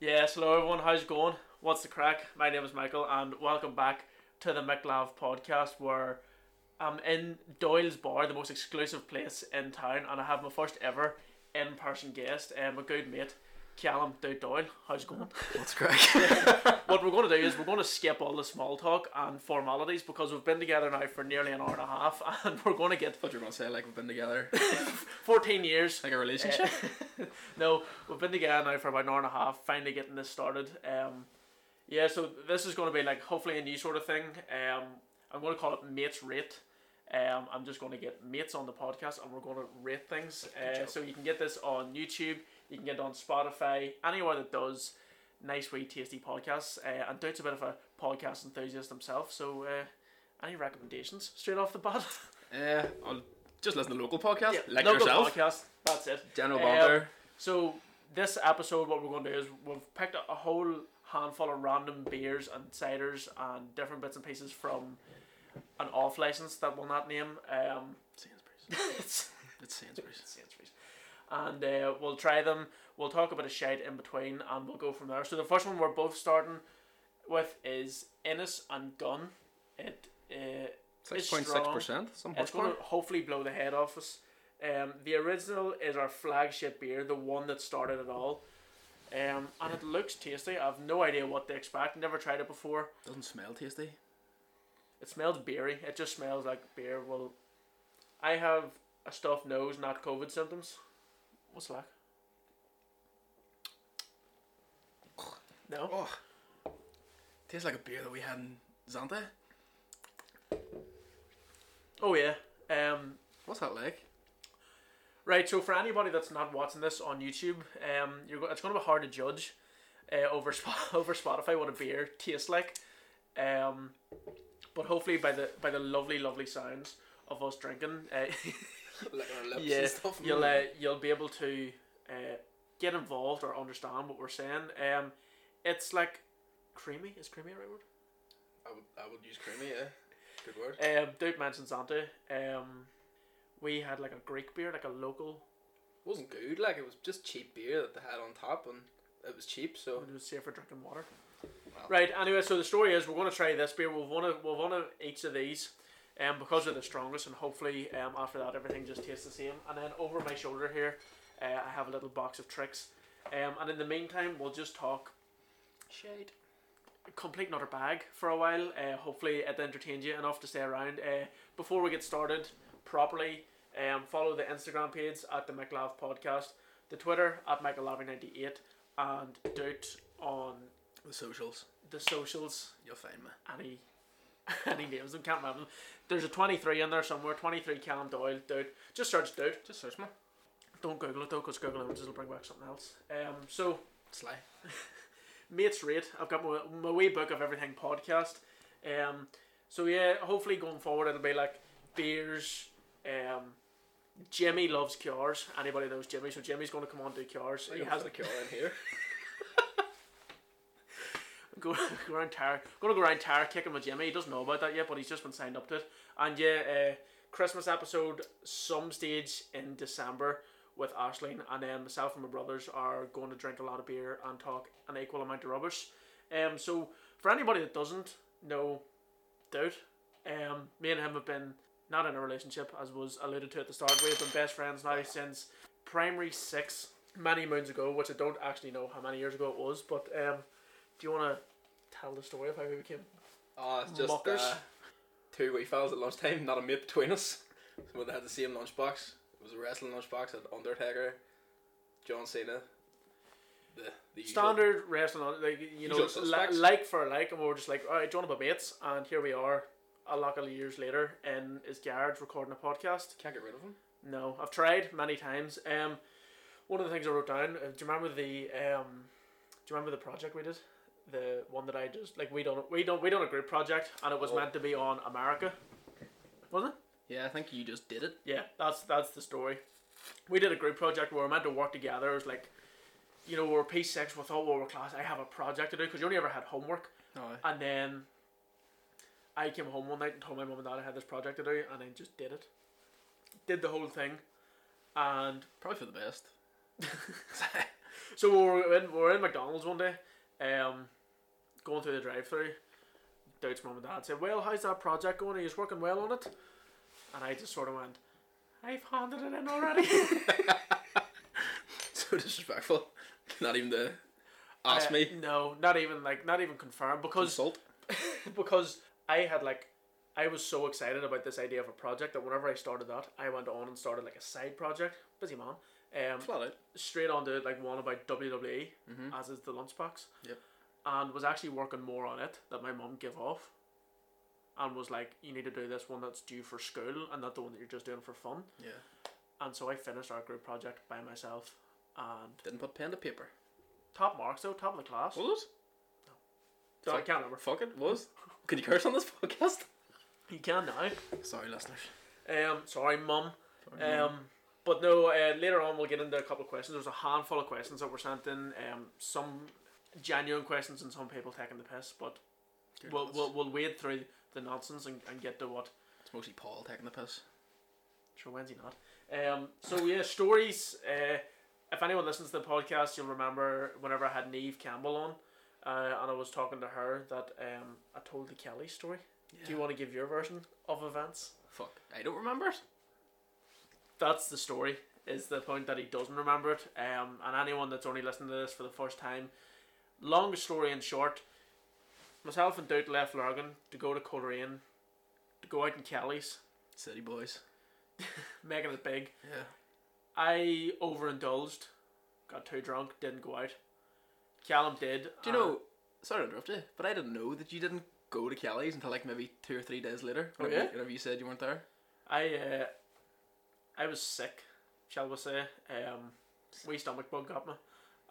Yes, hello everyone, how's it going? What's the crack? My name is Michael and welcome back to the McLav podcast where I'm in Doyle's Bar, the most exclusive place in town, and I have my first ever in person guest, um, a good mate, Callum Dude Doyle. How's it going? What's crack? what we're going to do is we're going to skip all the small talk and formalities because we've been together now for nearly an hour and a half and we're going to get thought you were gonna say like we've been together, 14 years like a relationship. no, we've been together now for about an hour and a half, finally getting this started. Um, yeah, so this is going to be like hopefully a new sort of thing. Um, I'm going to call it Mates Rate. Um, I'm just going to get mates on the podcast and we're going to rate things. Uh, job. so you can get this on YouTube, you can get it on Spotify, anywhere that does nice, wee, tasty podcasts. Uh, and Doug's a bit of a podcast enthusiast himself, so uh, any recommendations straight off the bat? Eh, I'll just listen to local Eh, oh. podcasts Yeah, like local yourself. podcast, that's it. General Um, Bonder. So this episode, what we're going to do is we've picked a whole handful of random beers and ciders and different bits and pieces from an off license that we'll not name. Um, Sainsbury's. it's It's Sainsbury's. Sainsbury's. And uh, we'll try them. We'll talk about a shade in between, and we'll go from there. So the first one we're both starting with is Ennis and Gun. It uh, Six point six percent. Some it's going horsepower. to hopefully blow the head off us. Um, the original is our flagship beer, the one that started it all. Um, and it looks tasty. I've no idea what to expect. Never tried it before. Doesn't smell tasty. It smells beery. It just smells like beer. Well, I have a stuffed nose, not COVID symptoms. What's like? No. Oh, tastes like a beer that we had in Zante. Oh yeah. Um, What's that like? Right, so for anybody that's not watching this on YouTube, um, you're go- it's going to be hard to judge uh, over Sp- over Spotify what a beer tastes like, um, but hopefully by the by the lovely lovely sounds of us drinking, uh, like our lips yeah, you'll uh, you'll be able to uh, get involved or understand what we're saying. Um, it's like creamy. Is creamy the right word? I would I would use creamy. Yeah. Good word. Um, don't mention Santa. Um, we had like a Greek beer, like a local. wasn't good. Like it was just cheap beer that they had on tap, and it was cheap. So It was safe for drinking water. Wow. Right. Anyway, so the story is we're going to try this beer. We've won a, we've won a, each of these, um, because they're the strongest, and hopefully, um, after that everything just tastes the same. And then over my shoulder here, uh, I have a little box of tricks, um, and in the meantime, we'll just talk shade. complete another bag for a while. Uh, hopefully, it entertained you enough to stay around. Uh, before we get started properly, um, follow the Instagram page at the McLav Podcast, the Twitter at MichaelLavy98, and Dout on The socials. the socials. You'll find me. Any, any names? I can't remember. them. There's a 23 in there somewhere. 23 Callum Doyle. Dout. Just search Dout. Just search me. Don't Google it though, because Google Images will bring back something else. Um, so Sly. mates rate. I've got my, my wee book of everything podcast. Um, so yeah, hopefully going forward it'll be like beers. Um, Jimmy loves cures. Anybody knows Jimmy, so Jimmy's going to come on and do cures. He has the cure in here. go, go around tire, gonna go around tire kicking with Jimmy. He doesn't know about that yet, but he's just been signed up to it. And yeah, uh, Christmas episode some stage in December with Ashling, and then myself and my brothers are going to drink a lot of beer and talk an equal amount of rubbish. Um, so for anybody that doesn't know, doubt, um, me and him have been not in a relationship as was alluded to at the start. We've been best friends now since primary six. Many moons ago, which I don't actually know how many years ago it was, but um, do you want to tell the story of how we became? Ah, it's just Mockers. uh, two wee fellas at lunchtime. Not a mate between us. So they had the same lunchbox. It was a wrestling lunchbox. Had Undertaker, John Cena. The, the usual- Standard wrestling, like you know, Usual li- suspects. like for like, and we were just like, all right, John about mates, and here we are, a lot of years later, in his garage recording a podcast. Can't get rid of him. No, I've tried many times. Um, one of the things I wrote down. Uh, do you remember the um, do you remember the project we did? The one that I just like we don't we don't we don't a group project, and it was Oh. meant to be on America, wasn't it? Yeah, I think you just did it. yeah, that's that's the story. We did a group project where we are meant to work together. It was like, you know, we were P six. We thought, well, we're class. I have a project to do because you only ever had homework. No. And then I came home one night and told my mum and dad I had this project to do, and I just did it. Did the whole thing, and Probably for the best. So we were in, we were in McDonald's one day, um, going through the drive-through. Doubt's mum and dad said, "Well, how's that project going? Are you working well on it?" And I just sort of went, "I've handed it in already." so disrespectful. Not even to ask Uh, me. No, not even like not even confirmed because Consult. because I had like I was so excited about this idea of a project that whenever I started that, I went on and started like a side project. Busy man. Um, Flat out. straight on to like one about WWE, Mm-hmm. as is the lunchbox. Yep. And was actually working more on it that my mum gave off, and was like, "You need to do this one that's due for school, and not the one that you're just doing for fun." Yeah. And so I finished our group project by myself, and Didn't put pen to paper. top marks though, top of the class. Was it? So I can't remember. Fuck it, was. Can you curse on this podcast? You can now. Sorry, listeners. Um, sorry, mum. Mm-hmm. Um, but no. Uh, later on, we'll get into a couple of questions. There's a handful of questions that were sent in. Um, some genuine questions and some people taking the piss. But Good we'll, lads. we'll we'll wade through the nonsense and, and get to what. It's mostly Paul taking the piss. Sure, when's he not? Um, so yeah, stories. Uh, if anyone listens to the podcast, you'll remember whenever I had Neve Campbell on, uh, and I was talking to her that um, I told the Kelly story. Do you want to give your version of events? Fuck. I don't remember it. that's the story is the point that he doesn't remember it um, and anyone that's only listening to this for the first time long story in short myself and Dude left Lurgan to go to Coleraine to go out in Kelly's City boys. making it big Yeah. I overindulged got too drunk didn't go out Callum did Do you and- know? Sorry to interrupt you, but I didn't know that you didn't go to Kelly's until like maybe two or three days later. Oh, whenever you- yeah? Whenever you said you weren't there. I uh, I was sick shall we say um, wee stomach bug got me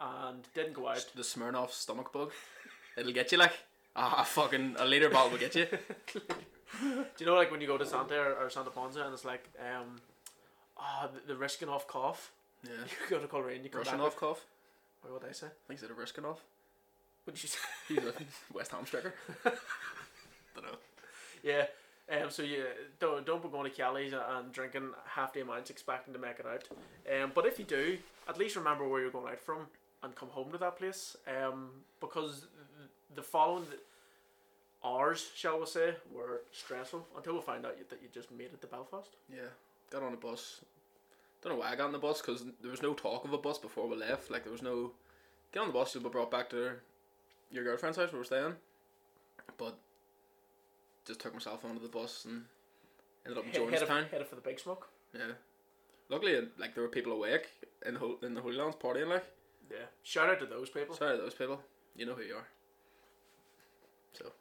and didn't go out The Smirnoff stomach bug. It'll get you like ah fucking a liter bottle will get you. Do you know like when you go to Santa or, or Santa Ponza and it's like, um, ah, the, the risking off cough. Yeah. You go to Coleraine, you come back. Rushinoff With, cough. wait, what did I say? I think it's a Rushinoff. What did you say? He's a West Ham striker. don't know. yeah. Um, so yeah, don't don't be going to Kelly's and- and drinking half the amounts expecting to make it out. Um, but if you do, at least remember where you're going out from and come home to that place. Um, because th- the following th- hours, shall we say, were stressful until we found out you, that you just made it to Belfast. Yeah. Got on a bus. Don't know why I got on the bus because there was no talk of a bus before we left. Like there was no get on the bus. You'll be brought back to your girlfriend's house where we're staying. But just took myself onto the bus and ended up in Head- headed- Jonestown. headed for the big smoke. Yeah. Luckily, like there were people awake in the whole in the Holy Lands partying. Like Yeah. Shout out to those people. sorry, to those people. You know who you are. So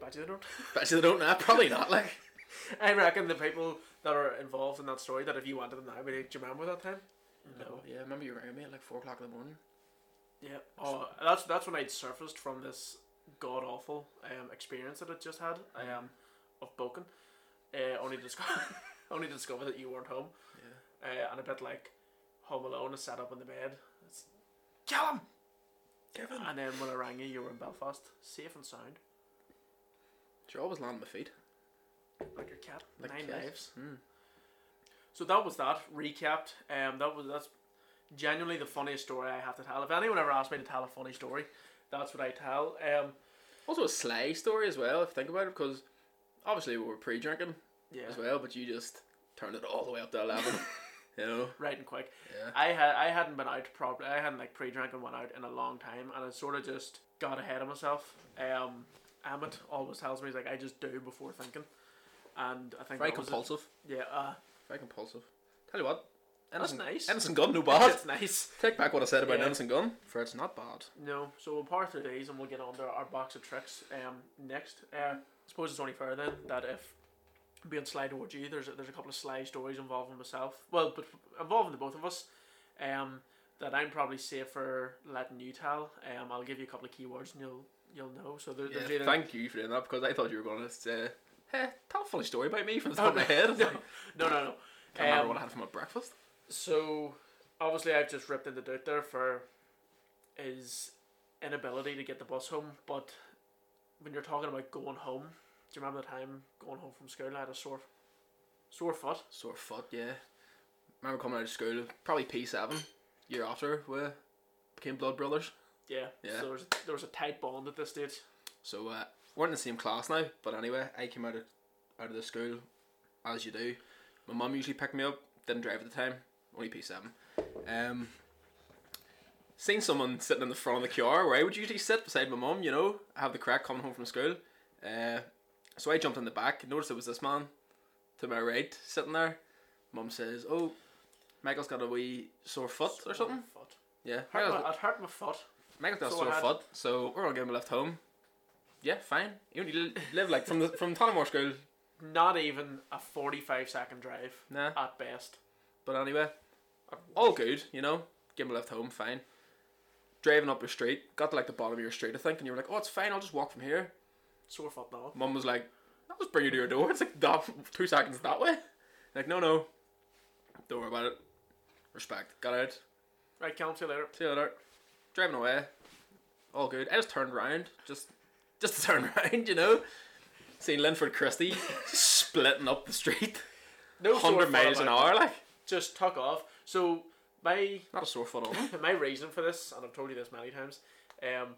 Back to the road. bet you they don't know. Probably not. Like I reckon the people that are involved in that story that if you wanted them now, would you do you remember that time? No. Oh, yeah. Remember you rang me at like four o'clock in the morning. Yeah. Oh, that's that's when I'd surfaced from this god awful um, experience that I just had um, of Boken. Uh, only discover only discover that you weren't home. Yeah. Uh, and a bit like Home Alone, I sat up in the bed. It's, Kill him. Kevin. And then when I rang you, you were in Belfast, safe and sound, Sure, I was landing my feet. like your cat, Like nine cat. lives. Hmm. Mm. So that was that recapped. Um, that was that's genuinely the funniest story I have to tell. If anyone ever asked me to tell a funny story, that's what I tell. Um, Also a sleigh story as well, if you think about it, because obviously we were pre-drinking yeah, as well, but you just turned it all the way up to eleven. you know? right and quick. Yeah. I had I hadn't been out probably. I hadn't like pre-drank and went out in a long time, and I sort of just got ahead of myself. Um, Amit always tells me he's like I just do before thinking, and I think Very that was it. compulsive. Yeah, uh, Very compulsive. Tell you what, that's innocent, nice. innocent gun, no bad. That's nice. Take back what I said about Yeah. innocent gun. For it's not bad. No, so we'll power through these and we'll get on to our box of tricks um, next. Uh, I suppose it's only fair then that if being sly towards you, there's a, there's a couple of sly stories involving myself. Well, but involving the both of us, um, that I'm probably safer letting you tell. Um, I'll give you a couple of keywords and you'll you'll know. So there, there's Yeah, either thank you for doing that because I thought you were going to say, "Hey, tell a funny story about me from the top of my head." I no, no, no, no. can't remember Um, what I had for my breakfast. So, obviously, I've just ripped into Dude there for his inability to get the bus home. But when you're talking about going home, do you remember the time going home from school? I had a sore, sore foot. Sore foot, yeah. Remember coming out of school, probably P seven, year after, with became blood brothers. Yeah. Yeah. So there was, there was a tight bond at this stage. So uh, we're in the same class now, but anyway, I came out of out of the school, as you do. My mum usually picked me up. Didn't drive at the time, only P seven. Um, seen someone sitting in the front of the car where I would usually sit beside my mum. You know, I have the crack coming home from school. Uh, so I jumped in the back. Noticed it was this man to my right sitting there. Mum says, "Oh, Michael's got a wee sore foot or something." Foot. Yeah, Hurt Michael's- my, I'd hurt my foot. Megan's got So a I sore had- foot, so we're all getting left home. Yeah, fine. You only li- live like from the from Tullamore School, Not even a 45 second drive nah. at best. But anyway, all good, you know. Get me left home, fine. Driving up your street, got to like the bottom of your street, I think, and you were like, "Oh, it's fine. I'll just walk from here." Sore foot now. Mum was like, "I'll just bring you to your door. It's like that, two seconds that way." Like, no, no, don't worry about it. Respect. Got out. Right, can't see you later. See you later. Driving away. All good. I just turned around. Just just to turn around, you know. Seeing Linford Christie splitting up the street. No sore 100 foot miles an about hour, like. it. Just tuck off. So my Not a sore foot on. my reason for this, and I've told you this many times, um,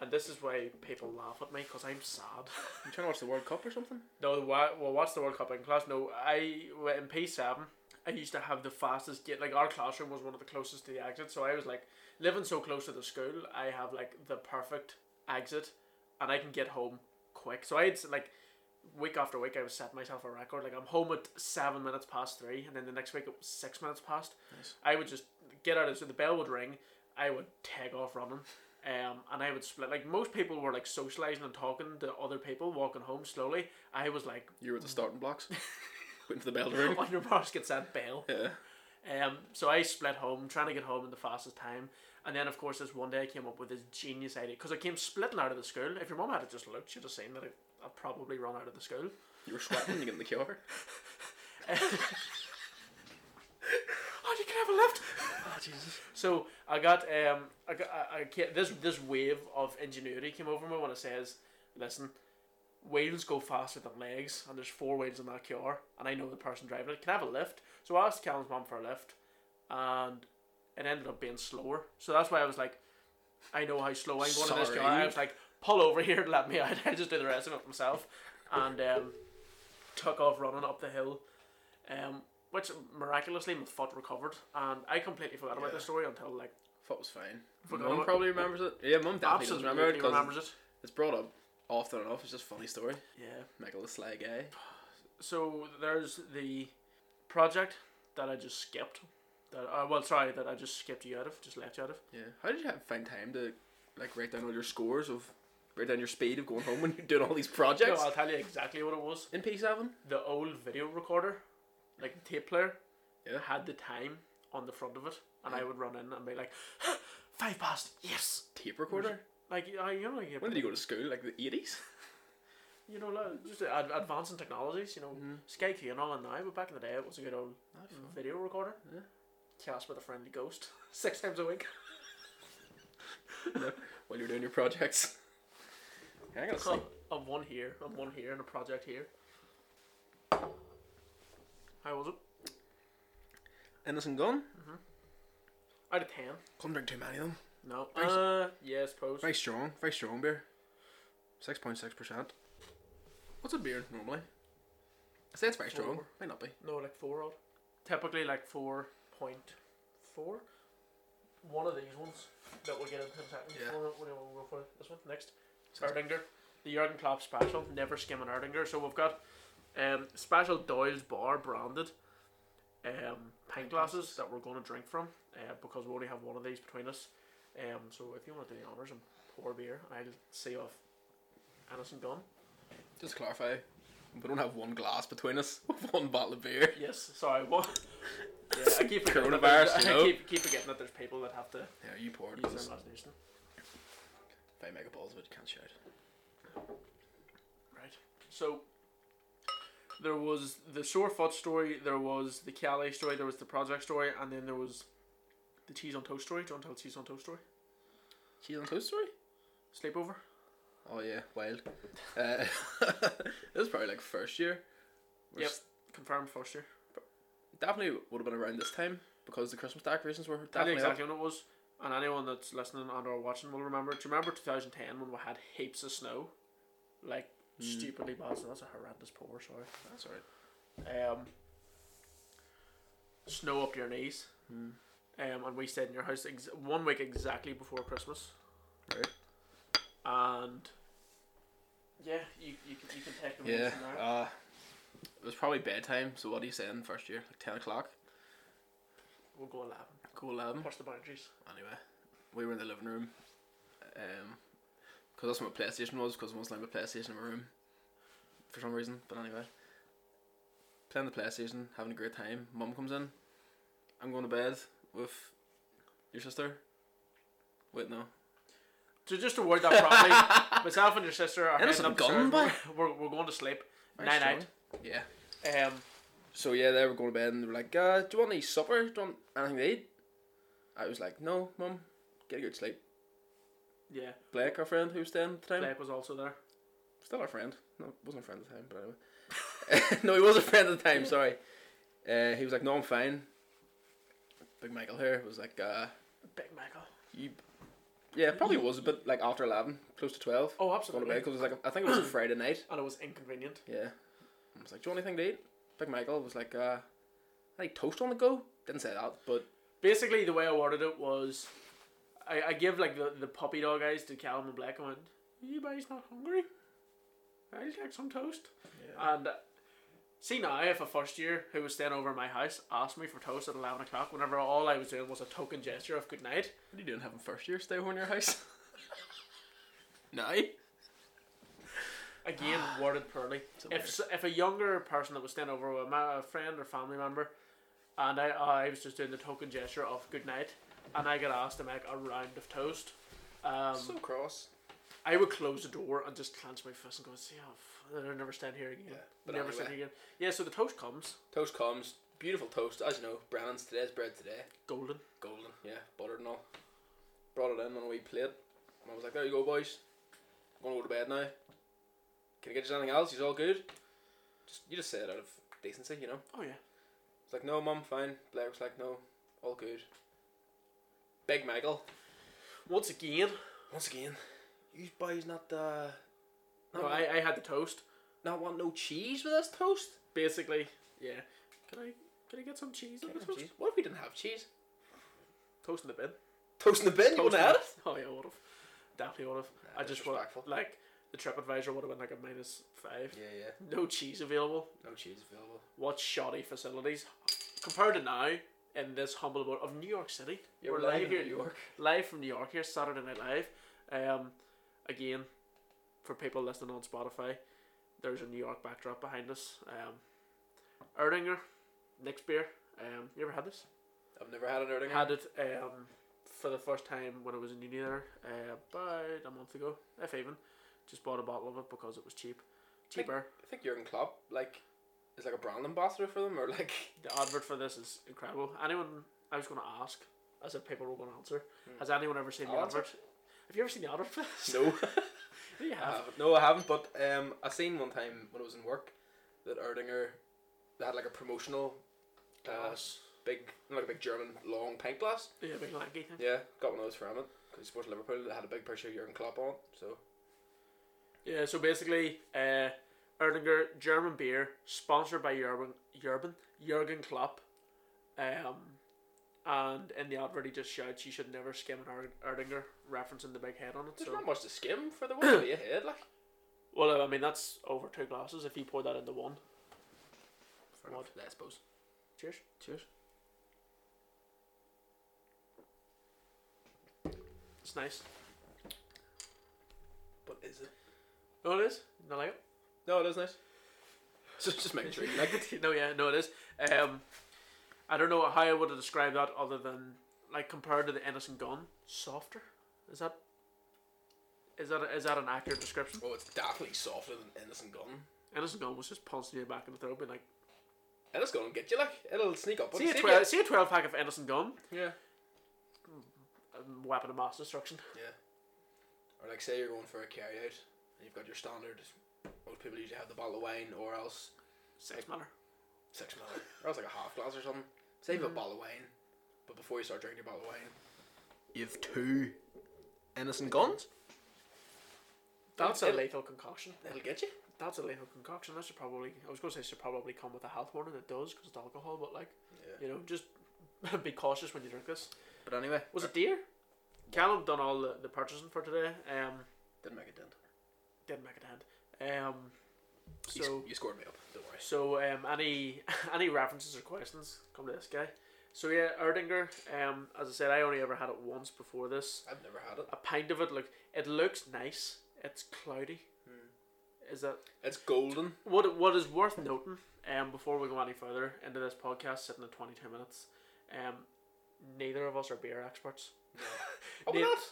and this is why people laugh at me because I'm sad. You trying to watch the World Cup or something? No, wha- well, what's the World Cup in class? No, I w- in P seven. I used to have the fastest gate. Like our classroom was one of the closest to the exit, so I was like living so close to the school. I have like the perfect exit, and I can get home quick. So I had s- like week after week, I was setting myself a record. Like I'm home at seven minutes past three, and then the next week it was six minutes past. Nice. I would just get out of so the bell would ring. I would take off running. Um, and I would split like most people were like socializing and talking to other people walking home slowly. I was like You were at the starting blocks. Waiting for the bell to ring. on your baskets at bail. Yeah. Um, so I split home, trying to get home in the fastest time. And then, of course, this one day I came up with this genius idea because I came splitting out of the school. If your mum had just looked, she'd have seen that I, I'd probably run out of the school. You were sweating when you get in the car. Oh, you can have a lift. oh, Jesus. So I got um, I got I, I ca- this this wave of ingenuity came over me when it says, "Listen, wheels go faster than legs, and there's four wheels in that car, and I know the person driving it. Can I have a lift?" So I asked Callum's mom for a lift, and it ended up being slower. So that's why I was like, "I know how slow I'm going in this Sorry. car." I was like, "Pull over here and let me out. I just do the rest of it myself," and um, took off running up the hill. Um, which miraculously my foot recovered, and I completely forgot about Yeah. the story until like Foot was fine. Forgot mum about- probably remembers it. Yeah, mum definitely does absolutely remember it because remembers it. it's brought up often enough. It's just a funny story. Yeah. Michael the sly guy. So there's the project that I just skipped. That uh, well, sorry, that I just skipped you out of, just left you out of. Yeah. How did you have find time to like write down all your scores of write down your speed of going home when you're doing all these No, projects? I'll tell you exactly what it was. in P seven? The old video recorder, like tape player, Yeah. Mm. had the time on the front of it, and I Yeah. would run in and be like, five past, yes. Tape recorder? Like I, you know, like, When did you go to school? Like the eighties? You know, like, just ad- advancing technologies. You know, Mm. Sky Q and all that now, but back in the day, it was a good old video recorder. Yeah. Cast with a friendly ghost six times a week. While you're doing your projects. Yeah, I gotta sleep. I'm one here, I'm one here, and a project here. How was it? Innocent gun? Out of ten. Couldn't drink too many of them. No. Very s- Uh, yeah, I suppose. Very strong, very strong beer. Six point six percent. What's a beer normally? I say it's very strong. Four. Might not be. No, like four odd. Typically, like four point four. One of these ones that we'll get into in a second. Yeah. One, what do you want to go for? This one next. Erdinger, the Jurgen Klopp special. Never skimming Erdinger. So we've got um, special Doyle's Bar branded um, pint glasses that we're going to drink from uh, because we only have one of these between us. Um, so if you want to do the honors and pour beer, and I'll see off Anderson Gunn. Just to clarify, we don't have one glass between us. one bottle of beer. Yes, sorry. What? Yeah, I keep forgetting that Coronavirus, there's- you know? I keep, keep forgetting that there's people that have to Yeah, you poured. use their imagination. Five megaballs, but you can't shout. Right. So there was the sore foot story, there was the Calais story, there was the project story, and then there was the cheese on toast story. Do you want to tell the cheese on toast story? Cheese on toast story? Sleepover. Oh yeah, wild. Uh, this was probably like first year. We're Yep. s- Confirmed first year. Definitely would have been around this time because the Christmas decorations were Tell you definitely up. exactly when it was. and anyone that's listening and or watching will remember. Do you remember 2010 when we had heaps of snow, like Hmm. stupidly bad? So that's a horrendous pour. Sorry. That's alright. Um, snow up to your knees. Um, and we stayed in your house ex- one week exactly before Christmas. Right. And yeah, you you can, you can take them Yeah. from there. Uh, it was probably bedtime. So what are you saying? First year, like ten o'clock. we'll go eleven. Cool, eleven. Push the boundaries. Anyway, we were in the living room. Um, because that's where my PlayStation was. Because once I had my PlayStation in my room, for some reason. But anyway, playing the PlayStation, having a great time. Mum comes in. I'm going to bed with your sister. Wait, no. So just to word that properly, myself and your sister are heading Innocent up the gun, stairs. We're, we're, we're going to sleep. night night. Yeah. Um, So yeah, they were going to bed and they were like, uh, "Do you want any supper? Do you want anything to eat?" I was like, "No, mum, get a good sleep." yeah, Blake, our friend who was staying at the time, Blake was also there. still our friend. No, wasn't a friend at the time, but anyway. no, he was a friend at the time. Sorry. Uh, he was like, "No, I'm fine." Big Michael here was like, uh, Big Michael. "You." Yeah, probably was a bit like after eleven, close to twelve. Oh, Going to absolutely. bed because like I think it was a Friday night. And it was inconvenient. Yeah. I was like, "Do you want anything to eat?" Big Michael was like, uh, "I like toast on the go." Didn't say that, but Basically, the way I worded it was, I, I give like the, the puppy dog eyes to Callum and Black. I went, "You guys not hungry? I'll take some toast." And uh, see now, if a first year who was staying over at my house asked me for toast at eleven o'clock, whenever all I was doing was a token gesture of good night, What are you doing having first year stay over in your house? no. again worded poorly. If s- if a younger person that was staying over with my a friend or family member, and I uh, I was just doing the token gesture of good night, and I got asked to make a round of toast. Um, So cross. I would close the door and just clench my fist and go, see, oh, f- I'll never stand here again. Yeah, but never anyway. stand here again. Yeah, so the toast comes, Toast comes. Beautiful toast, as you know. Brennan's today's bread today. golden. Golden, yeah, buttered and all. Brought it in on a wee plate. And I was like, there you go, boys. I'm going to go to bed now. Can I get you anything else? He's all good. Just You just say it out of decency, you know. Oh, yeah. It's like, no, mum, fine. Blair was like, no, all good. Big Michael, Once again, once again, you boys not, uh, not, no, I, I had the toast. not want no cheese with us toast? Basically, yeah. Can I can I get some cheese on Can't the have toast? cheese. What if we didn't have cheese? Toast in the bin. Toast in the bin, you Toast wouldn't in have the- it? Oh, yeah, I would have. Definitely would have. Nah, I just would disrespectful. like, the TripAdvisor would have been like a minus five. Yeah, yeah, No cheese available. no cheese available. What shoddy facilities. Compared to now, in this humble abode of New York City. Yeah, we're, we're live live in here New York. Live from New York here, Saturday Night Live. Um, again, for people listening on Spotify, there's a New York backdrop behind us. Um, Erdinger, Nick's beer. Um, you ever had this? I've never had an Erdinger. Had it um, for the first time when I was in uni there uh, about a month ago, if even. Just bought a bottle of it because it was cheap. Cheaper. I think Jurgen Klopp like is like a brand ambassador for them, or like The advert for this is incredible. Anyone, I was going to ask, as if people were going to answer, has anyone ever seen the I'll Hmm. answer. advert? Have you ever seen the advert for this? no, you I have. haven't. no, I haven't. But um, I seen one time when I was in work that Erdinger they had like a promotional uh, Glass. big like a big German long pint glass. Yeah, big lanky thing. Yeah, got one of those for Emmett because he supports Liverpool. It had a big picture of Jurgen Klopp on, so Yeah, so basically, uh, Erdinger German beer sponsored by Jurgen Jurgen Jurgen Klopp, um, and in the advert he just shouts, "You should never skim an Er- Erdinger," referencing the big head on it. there's So, not much to skim for the one of your head, like. well, I mean that's over two glasses if you pour that into one. Fair enough, I suppose. Cheers. Cheers. It's nice. But is it? No, Oh, it is. No, like it. No, it is nice. So just making sure you like it. no, yeah, no, it is. Um, I don't know how I would have described that other than like compared to the Innocent Gun, softer. Is that? Is that is that an accurate description? Oh, it's definitely softer than Innocent Gun. Innocent Gun was just pouncing you back in the throat, being like, Innocent Gun will get you, like it'll sneak up. on see you, a save twelve, see a twelve pack of Innocent Gun, you. Yeah. um, weapon of mass destruction. Or like say you're going for a carry out and you've got your standard most people usually have the bottle of wine or else Six manner. six miller Mm-hmm. or else like a half glass or something. Say you have a bottle of wine, but before you start drinking your bottle of wine, you've two innocent guns. That's a It'll- lethal concoction. That'll get you. That's a lethal concoction. That should probably, I was going to say, should probably come with a health warning. It does because it's alcohol, but like, Yeah. you know, just be cautious when you drink this. But anyway, Was it deer? Callum done all the, the purchasing for today. Um, Didn't make a dent. didn't make it hand. Um, You s- so you scored me up. Don't worry. so um, any any references or questions come to this guy. So yeah, Erdinger. Um, as I said, I only ever had it once before this. I've never had it. A pint of it. Look, it looks nice. It's cloudy. Is that It's golden. what? What is worth noting? Um, before we go any further into this podcast, sitting at twenty two minutes. Um, neither of us are beer experts. Oh, Yeah. we're not.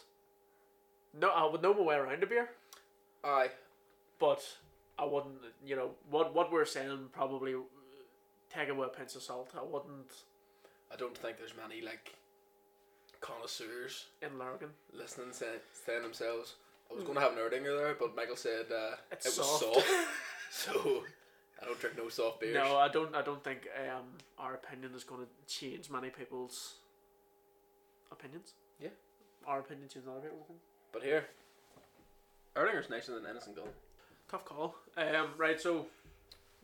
No, I would know my way around a beer. Aye. but I wouldn't. You know what what we're saying probably uh, take it with a pinch of salt. I wouldn't I don't think there's many like connoisseurs in Lurgan. listening saying, saying themselves. I was going to have an Erdinger there, but Michael said uh, Hmm. It's it was soft. soft. so I don't drink no soft beers. No, I don't. I don't think um our opinion is going to change many people's opinions. Yeah. our opinion changes other people's. Opinion. But here, Erdinger's nicer than Innocent Gun. Tough call. Um, right. So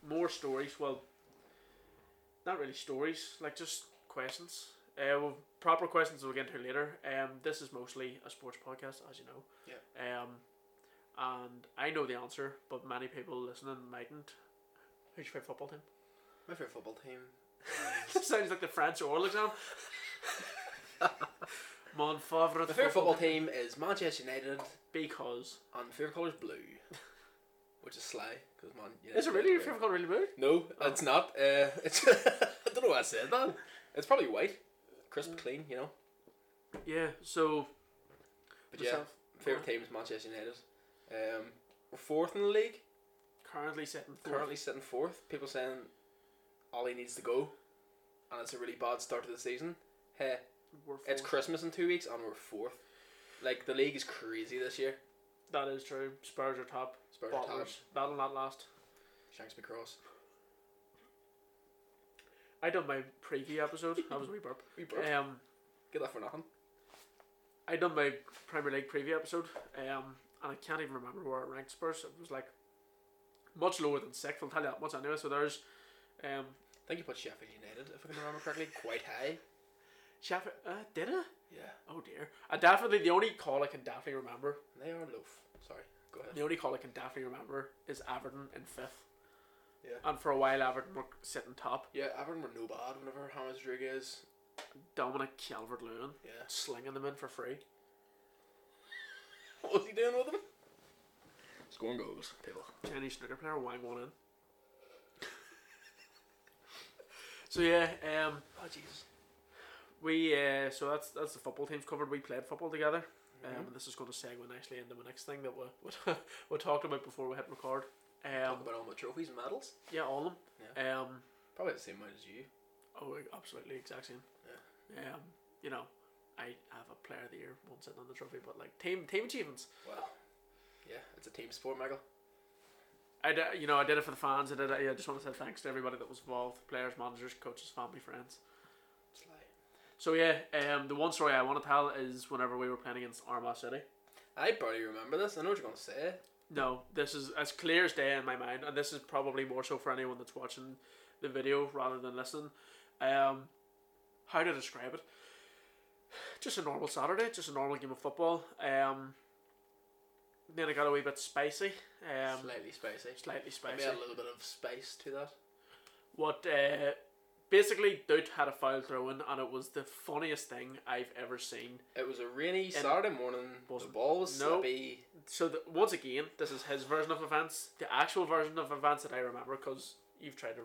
more stories. Well, not really stories. Like just questions. Uh, well, proper questions we'll get into later. Um, this is mostly a sports podcast, as you know. Yeah. Um, and I know the answer, but many people listening mightn't. Who's your favorite football team? My favorite football team. Sounds like the French oral exam. Mon favorite My favorite football team is Manchester United, because and my favorite color is blue, which is sly because Man United. is it really your red. favorite Oh. color? Really blue? No, it's not. Uh, it's I don't know why I said that. It's probably white, Mm. crisp, clean. You know. Yeah. So But yeah, myself favorite team is Manchester United. Um, we're fourth in the league. currently sitting fourth. Currently sitting fourth. People saying Ollie needs to go, and it's a really bad start to the season. Hey, We're it's fourth. Christmas in two weeks, and we're fourth. Like the league is crazy this year. that is true. Spurs are top. Spurs are top. Bottlers. That'll not last. Shanks be cross. I done my preview episode. That was a wee burp. We broke. Um, Get that Eh, for nothing. I done my Premier League preview episode, um, and I can't even remember where it ranked Spurs. It was like much lower than sixth. I'll tell you that much anyway. So there's um, I think you put Sheffield United, if I can remember correctly, quite high. Sheffield. Uh, did I? Yeah, Oh dear. I definitely the only call I can definitely remember. they are loaf. Sorry, go ahead. The only call I can definitely remember is Everton in fifth. Yeah. And for a while, Everton were sitting top. Yeah, Everton were no bad whenever James Rodriguez. Dominic Calvert-Lewin Yeah. slinging them in for free. What was he doing with them? Scoring goals, people. Chinese snooker player wang one in. so yeah, um, Oh Jesus. We uh, so that's that's the football teams covered. We played football together, um, Mhm. and this is going to segue nicely into the next thing that we we, we talked about before we hit record. Um, Talk about all my trophies and medals. yeah, all of them. Um, Probably the same amount as you. oh, absolutely, exact same. Um, you know, I have a player of the year once sitting on the trophy, but like team team achievements. Well, yeah, it's a team sport, Michael. I d- you know I did it for the fans. I did it, yeah, I just want to say thanks to everybody that was involved: players, managers, coaches, family, friends. Sly. So yeah, um, the one story I want to tell is whenever we were playing against Armagh City. I barely remember this. I know what you're gonna say. No, this is as clear as day in my mind, and this is probably more so for anyone that's watching the video rather than listening. Um, how to describe it? Just a normal Saturday, just a normal game of football. Um, then it got a wee bit spicy, um, Slightly spicy. slightly I spicy. made a little bit of spice to that. What uh, basically, Doot had a foul throw in, and it was the funniest thing I've ever seen. It was a rainy Saturday morning. The wasn't- ball was no. slippy. So the, once again, this is his version of events. The actual version of events that I remember, because you've tried to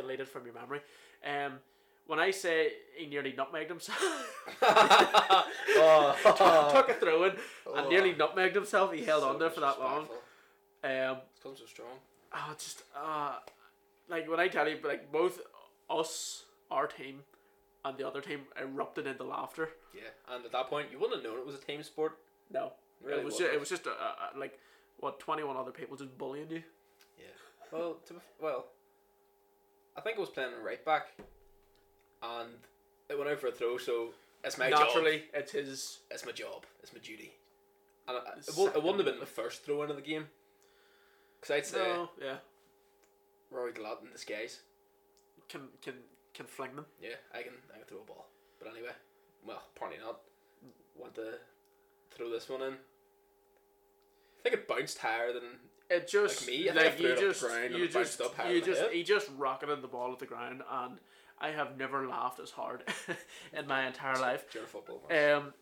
delete it from your memory. Um, when I say he nearly nutmegged himself, took a throw in and nearly nutmegged himself, he held on there for that long. Um, It's come so strong. oh, just uh, like when I tell you, like both us, our team, and the other team erupted into laughter. Yeah, and at that point, you wouldn't have known it was a team sport. No, Really it was wasn't. just, it was just uh, uh, like what twenty one other people just bullying you. Well, to be, f- well, I think I was playing right back, and it went out for a throw, so It's my naturally job. it's his. It's my job. It's my duty. And I- it, wou- it wouldn't have been the first throw in of the game. Because I'd say No, yeah, Rory Glad in disguise. can can can fling them. Yeah, I can I can throw a ball. But anyway, well, apparently not. Want to throw this one in. I think it bounced higher than It just Like me, I think I like threw you it up the just ground and you it bounced just up higher you than my just head. he just rocketed the ball at the ground, and I have never laughed as hard in my entire life. during a football match. Um,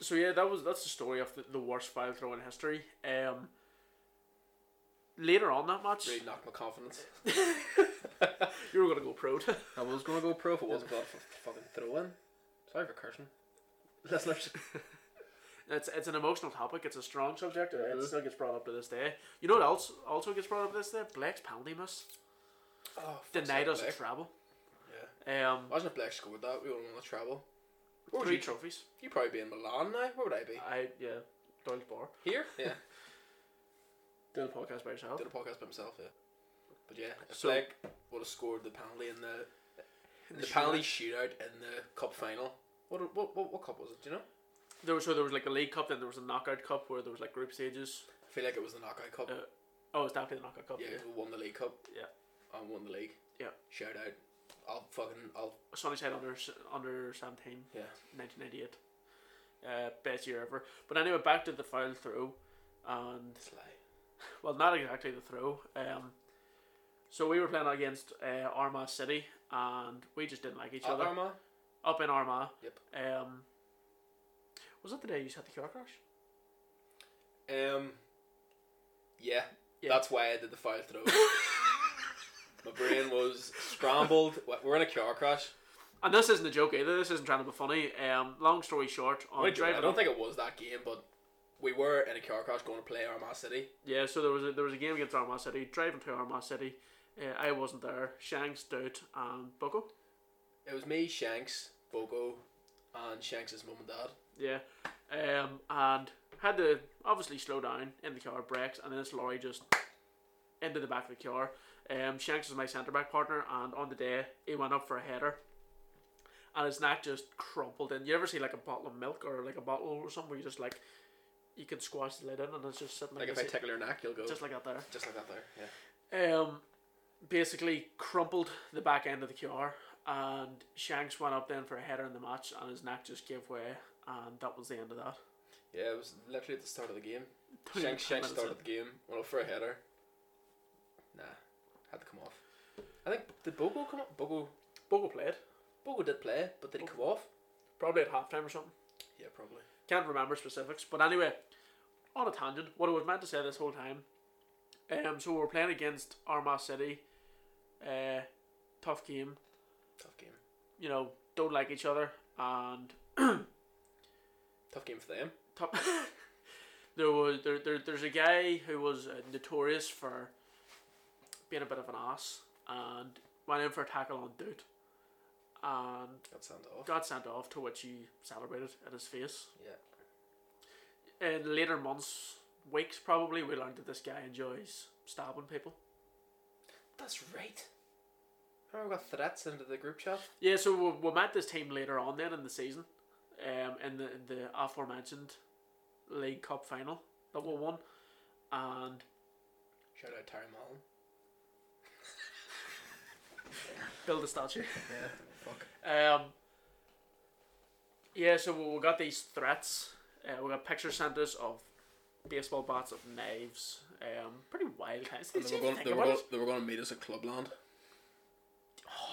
so yeah, that was that's the story of the, the worst foul throw in history. Um, later on that match, really knocked my confidence. you were gonna go pro. I was gonna go pro if it wasn't for that f- fucking throw in. Sorry for cursing. Listeners. it's it's an emotional topic. It's a strong subject. and Mm-hmm. It still gets brought up to this day. You know what else also gets brought up to this day? Blake's penalty miss Oh, fuck's denied sake, us a Blake. treble. Yeah. Um, Imagine if Black scored that, we would have won the treble. Where would three you, trophies. you'd probably be in Milan now. Where would I be? I yeah, Doyle's bar. Here? Yeah. Doing the podcast by yourself. Did a podcast by himself, yeah. But yeah, if So- Black would have scored the penalty in the in the, shootout. penalty shootout in the cup final. What, what what what cup was it? Do you know? There was so there was like a league cup, then there was a knockout cup where there was like group stages. I feel like it was the knockout cup. Uh, Oh, it's definitely the knockout cup. yeah, we won the league cup. Yeah. and won the league. Yeah. Shout out. I'll fucking I'll Sunnyside under s- under seventeen. yeah. 1998. Uh, best year ever. But anyway, back to the foul throw, and Sly. well, not exactly the throw. Um, so we were playing against uh, Armagh City, and we just didn't like each Uh, other. Arma. Up in Armagh. Yep. Um, was that the day you had the car crash? Um. Yeah, Yeah. That's why I did the foul throw. My brain was scrambled. We- We're in a car crash. And this isn't a joke either. This isn't trying to be funny. Um, long story short, on Wait, driving. I don't think it was that game, but we were in a car crash going to play Armagh City. Yeah, so there was a, there was a game against Armagh City. Driving to Armagh City, uh, I wasn't there. Shanks, Dout, and Bucko. It was me, Shanks, Bogo, and Shanks' mum and dad. Yeah. Um, and had to obviously slow down in the car, brakes, and then this lorry just into the back of the car. Um, Shanks is my centre back partner, and on the day he went up for a header, and his neck just crumpled. And you ever see like a bottle of milk or like a bottle or something where you just like you can squash the lid in, and it's just sitting Like like, if I this, tickle your neck, you'll go just, just like that there like that there. Yeah. um, basically crumpled the back end of the car, and Shanks went up then for a header in the match, and his neck just gave way, and that was the end of that. Yeah, it was literally at the start of the game. Don't even Shanks, Shanks comment started on the game, went up for a header. Nah, had to come off. I think did Bogo come off? Bogo, it. Bogle played Bogo did play, but did he come off? probably at halftime or something. Yeah, probably. Can't remember specifics, but anyway, on a tangent, what I was meant to say this whole time. Um, so we were playing against Armagh City. Uh, tough game. Tough game. You know, don't like each other, and Tough game for them. top. there was there, there there's a guy who was uh, notorious for being a bit of an ass and went in for a tackle on dude and Got sent off. got sent off to which he celebrated at his face. Yeah. In later months, weeks probably, we learned that this guy enjoys stabbing people. That's right. Remember, we got threats into the group chat. Yeah, so we, we met this team later on then in the season, um, in the the aforementioned League Cup final that we won, and Shout out Terry Mullen. built a statue. Yeah. Fuck. Um, yeah, so we- we got these threats. Uh, we got picture sent us of baseball bats, of knives. Um, pretty wild times. And Did they you were going. think They were about going. it? They were going to meet us at Clubland.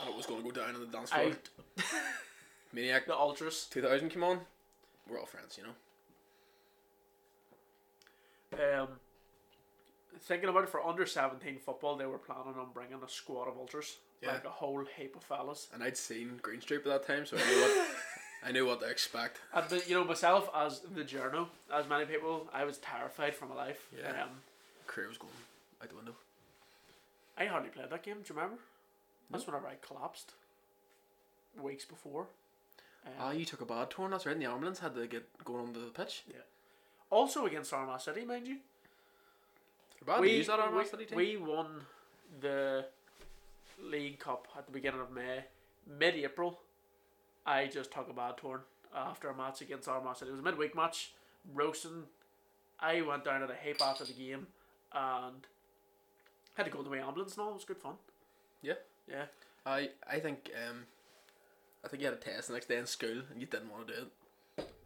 And it was going to go down on the dance floor. I, Maniac the ultras. 2000 came on. We're all friends, you know. Um, thinking about it for under seventeen football, they were planning on bringing a squad of ultras, Yeah. like a whole heap of fellas. And I'd seen Green Street by that time, so I knew what I knew what to expect. And the, you know myself as the journo, as many people, I was terrified for my life. Yeah. Um, Career was going out the window. I hardly played that game. Do you remember? That's whenever I collapsed. Weeks before. Um, Ah, you took a bad turn. That's right. And the ambulance had to get going on the pitch. Also against Armagh City, mind you. Bad we, news that Armagh we, City team. we won the League Cup at the beginning of May. Mid April, I just took a bad turn after a match against Armagh City. It was a midweek match, roasting. I went down at a heap after the game and had to go in the way ambulance and all. It was good fun. Yeah. Yeah. I I think um, I think you had a test the next day in school and you didn't want to do it.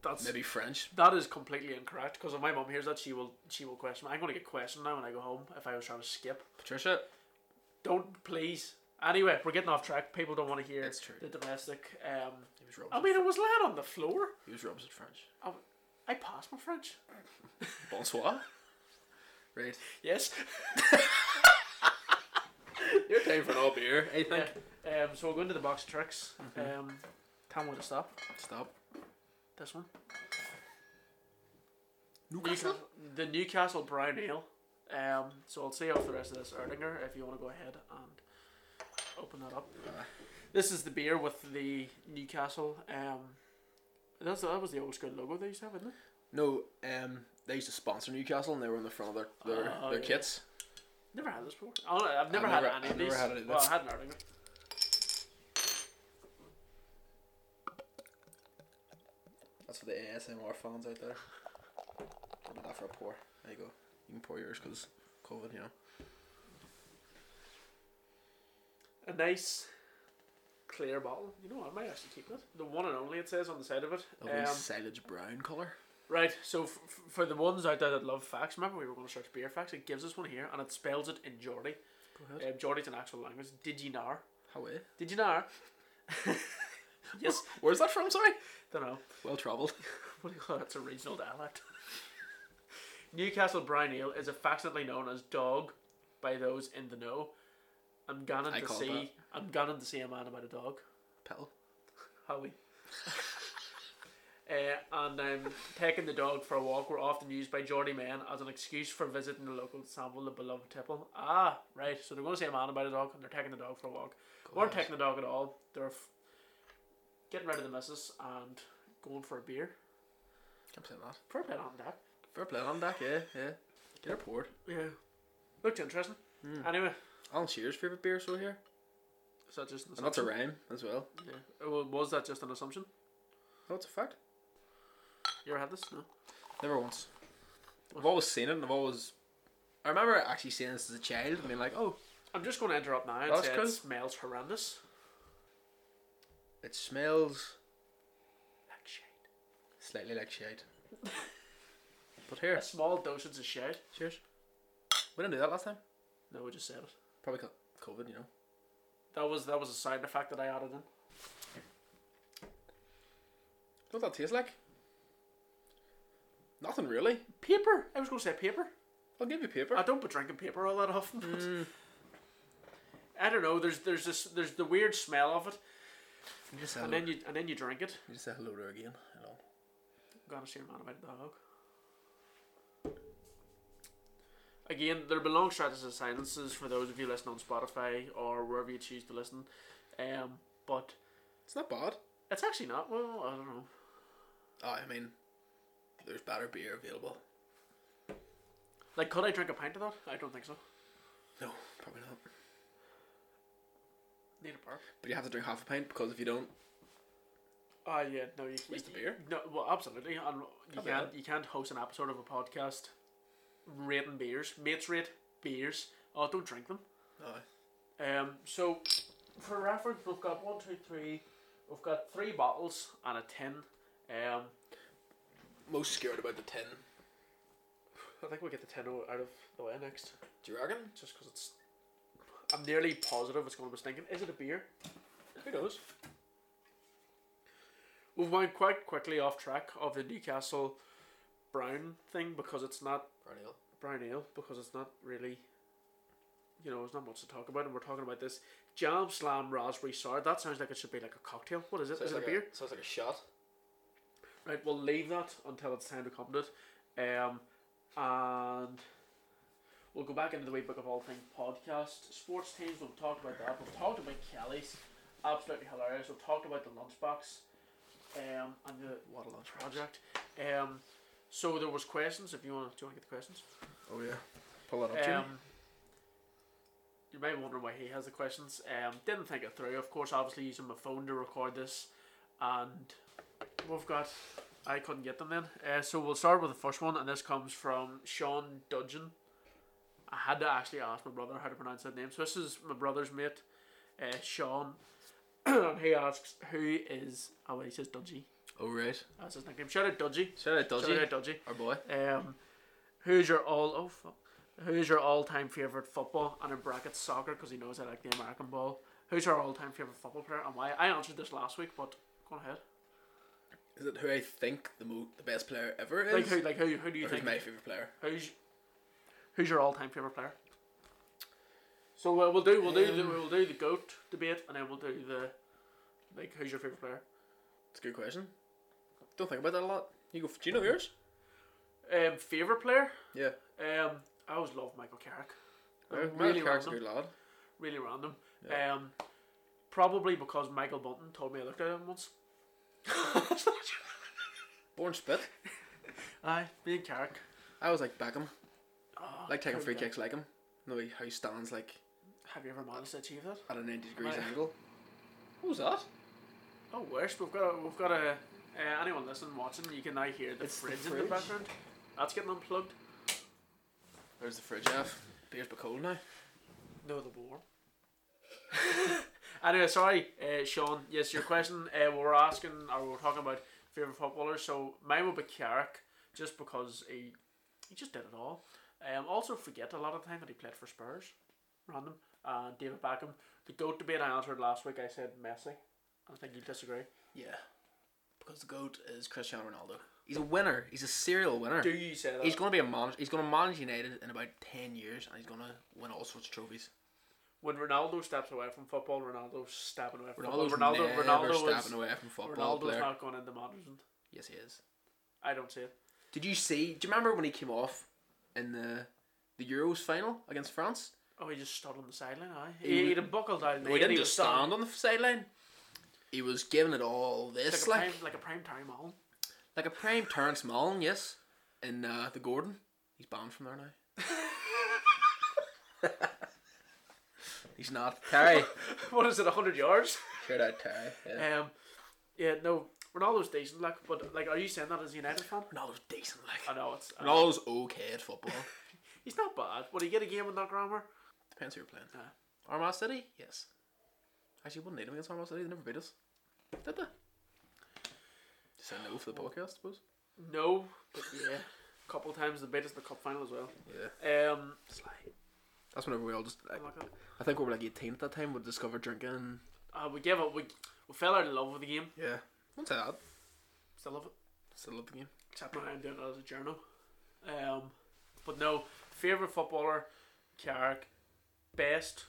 That's Maybe French. That is completely incorrect because if my mum hears that, she will she will question. me. I'm going to get questioned now when I go home if I was trying to skip. Patricia, Don't please. Anyway, we're getting off track. People don't want to hear That's true. the domestic. Um, he was rubs. I mean, I was laying on the floor. he was rubs at French. I passed my French. Bonsoir. right. Yes. Your time for an all beer. I think. Um, so we're going to the box of tricks. Mm-hmm. Um, tell me where to stop. Stop. This one. The Newcastle Brown Ale. Um, so I'll say off the rest of this Erdinger if you want to go ahead and open that up. Aye. This is the beer with the Newcastle. Um, that's that was the old school logo they used to have, isn't it? No, um, they used to sponsor Newcastle and they were on the front of their their, Oh, their yeah. kits. Never had this before. Oh, no, I've never I've had never- any I've of never these. had any of well, I this. had an Erdinger. That's for the ASMR fans out there. Give me that for a pour. There you go. You can pour yours because COVID, you know. A nice clear bottle. You know what? I might actually keep it. The one and only it says on the side of it. A wee Um, silage brown colour. Right, so f- f- for the ones out there that love facts, remember we were going to search beer facts. It gives us one here, and it spells it in Geordie. Go Um, Geordie's an actual language. Did you know? How eh? Did you know? yes, Where's that from, sorry? don't know. Well travelled. What do you call that? It's a regional dialect. Newcastle Brown Ale is affectionately known as dog by those in the know. I'm gunning I to call see. I'm gunning to see a man about a dog. Pill. Howie. uh, and um, taking the dog for a walk were often used by Geordie men as an excuse for visiting the local sample, the beloved tipple. Ah, right. So they're going to say a man about a dog and they're taking the dog for a walk. weren't Gosh. taking the dog at all. They're f- getting rid of the missus and going for a beer. Can't play that. For a bit on that. Fair play on that, yeah, yeah. Get her poured. Yeah. Hmm. Looked interesting. Anyway, Alan Shearer's favourite beer so here. is that just an And that's a assumption? rhyme as well. Yeah. Oh, Well, was that just an assumption? Oh, it's a fact. You ever had this? No. Never once. I've always seen it and I've always I remember actually seeing this as a child and being like, oh, I'm just going to interrupt now and That's say cool. it smells horrendous. it smells Like shit. slightly like shade. but here, A small dosage of shit. cheers. We didn't do that last time. No, we just said it. Probably 'cause COVID, you know. That was that was a side effect that I added in. What that tastes like? Nothing really. Paper. I was going to say paper. I'll give you paper. I don't be drinking paper Hmm. all that often. but- I don't know. There's there's this there's the weird smell of it, you just say and hello. then you and then you drink it. you just say hello to her again. Hello. I'm gonna see your man about the dog. Again, there will be long stretches of silences for those of you listening on Spotify or wherever you choose to listen. Um, but It's not bad. it's actually not. Well, I don't know. Oh, I mean, there's better beer available. Like, could I drink a pint of that? I don't think so. No, probably not. Need a bar. But you have to drink half a pint because if you don't, Ah, yeah, no, you Waste you- of beer. No, well, absolutely, and you Can't be can't you can't host an episode of a podcast rating beers, mates rate beers. Oh, don't drink them. Aye. Um, so for reference, we've got one, two, three. We've got three bottles and a tin. Um, most scared about the tin. I think we'll get the tin o- out of the way next, Do you reckon? just because it's. I'm nearly positive it's going to be stinking. Is it a beer? Who knows? We've went quite quickly off track of the Newcastle Brown thing because it's not Probably not. brown ale because it's not really, you know, there's not much to talk about, and we're talking about this jam slam raspberry sour. That sounds like it should be like a cocktail. What is it? Is it like a beer? sounds like a shot. Right, we'll leave that until it's time to come to it, um, and we'll go back into the wee book of all things podcast, sports teams. We've talked about that. We've talked about Kelly's, absolutely hilarious. We've talked about the lunchbox, um, and the What a lunch project, um. So there was questions. If you want, do you want to get the questions? Oh yeah. Pull that up, Jimmy. Um, you may wonder why he has the questions. Um, didn't think it through. Of course, obviously using my phone to record this, and We've got. I couldn't get them then. Uh, so we'll start with the first one, and this comes from Sean Dudgeon. I had to actually ask my brother how to pronounce that name. So this is my brother's mate, uh, Sean. and he asks, Who is. Oh, well, he says Dudgy. Oh, right. That's his nickname. Shout out Dudgy. Shout out Dodgy, Shout out Dudgy. our boy. Um, who's your all oh fuck. who's your all time favorite football and in brackets soccer because he knows I like the American ball. Who's your all time favorite football player and why? I answered this last week, but go ahead. Is it who I think the mo- the best player ever is? Like who? Like who? Who do you or who's think? my favorite player? Who's who's your all time favorite player? So uh, we'll do we'll do the, Um, we'll do the goat debate and then we'll do the like who's your favorite player. It's a good question. Don't think about that a lot. You go. f- Do you know yours? Um, favorite player. Yeah. Um, I always loved Michael Carrick. Well, Really Michael Carrick's a random. good lad. really random. Yeah. Um, probably because Michael Bunton told me I looked at him once. Born spit. Aye, being Carrick. I was like Beckham. Oh, Like taking how free good. kicks like him. No, he- how he stands like Have you ever managed to achieve that? at a ninety degrees Right. angle. What was that? Oh, worst. We've got a, we've got a. Uh, anyone listening, watching, you can now hear the It's the fridge, in the fridge. background. That's getting unplugged. There's the fridge, Jeff. Beer's but cold now. No, the war. anyway, sorry, uh, Sean. Yes, your question. Uh, we were asking, or we were talking about favorite footballers. So mine would be Carrick, just because he he just did it all. Um, also forget a lot of the time that he played for Spurs. Random. Uh, David Beckham. The goat debate I answered last week. I said Messi. I think you disagree. Yeah. Because the goat is Cristiano Ronaldo. He's a winner. He's a serial winner. Do you say that? He's gonna be a manager. He's gonna manage United in about ten years, and he's gonna win all sorts of trophies. when Ronaldo steps away from football, Ronaldo's stepping away from Ronaldo's football. Ronaldo, never Ronaldo stepping is, away from football Ronaldo's player. not going into management. Yes, he is. I don't see it. Did you see? Do you remember when he came off in the the Euros final against France? Oh, he just stood on the sideline. Aye, He he, was- he'd have buckled down. No, there, he didn't he'd just have stand on the sideline. He was giving it all Like this, a, prime, like like a prime time on. like a prime Terrence Mullen, yes. In uh, the Gordon, he's banned from there now. he's not Terry. what is it, hundred yards? Shout out Terry. Yeah. Um, yeah, no, Ronaldo's decent, like, but like, are you saying that as a United fan? Ronaldo's decent, I like know it's. I know. Ronaldo's okay at football. He's not bad. Would he get a game with that grammar? Depends who you're playing. Ah. Armagh City, yes. Actually, wouldn't need him against Armagh City. They never beat us, did they? Just a no for the podcast, I suppose. No, but yeah, a couple times the beat us in the cup final as well. Yeah. Um, That's whenever we all just like, like, I think we were like 18 at that time. We discovered drinking. uh, we gave up. We we fell out of love with the game. Yeah. Won't say that. Still love it. Still love the game. except when I'm doing it as a journal. Um, but no, favorite footballer, Carrick, best,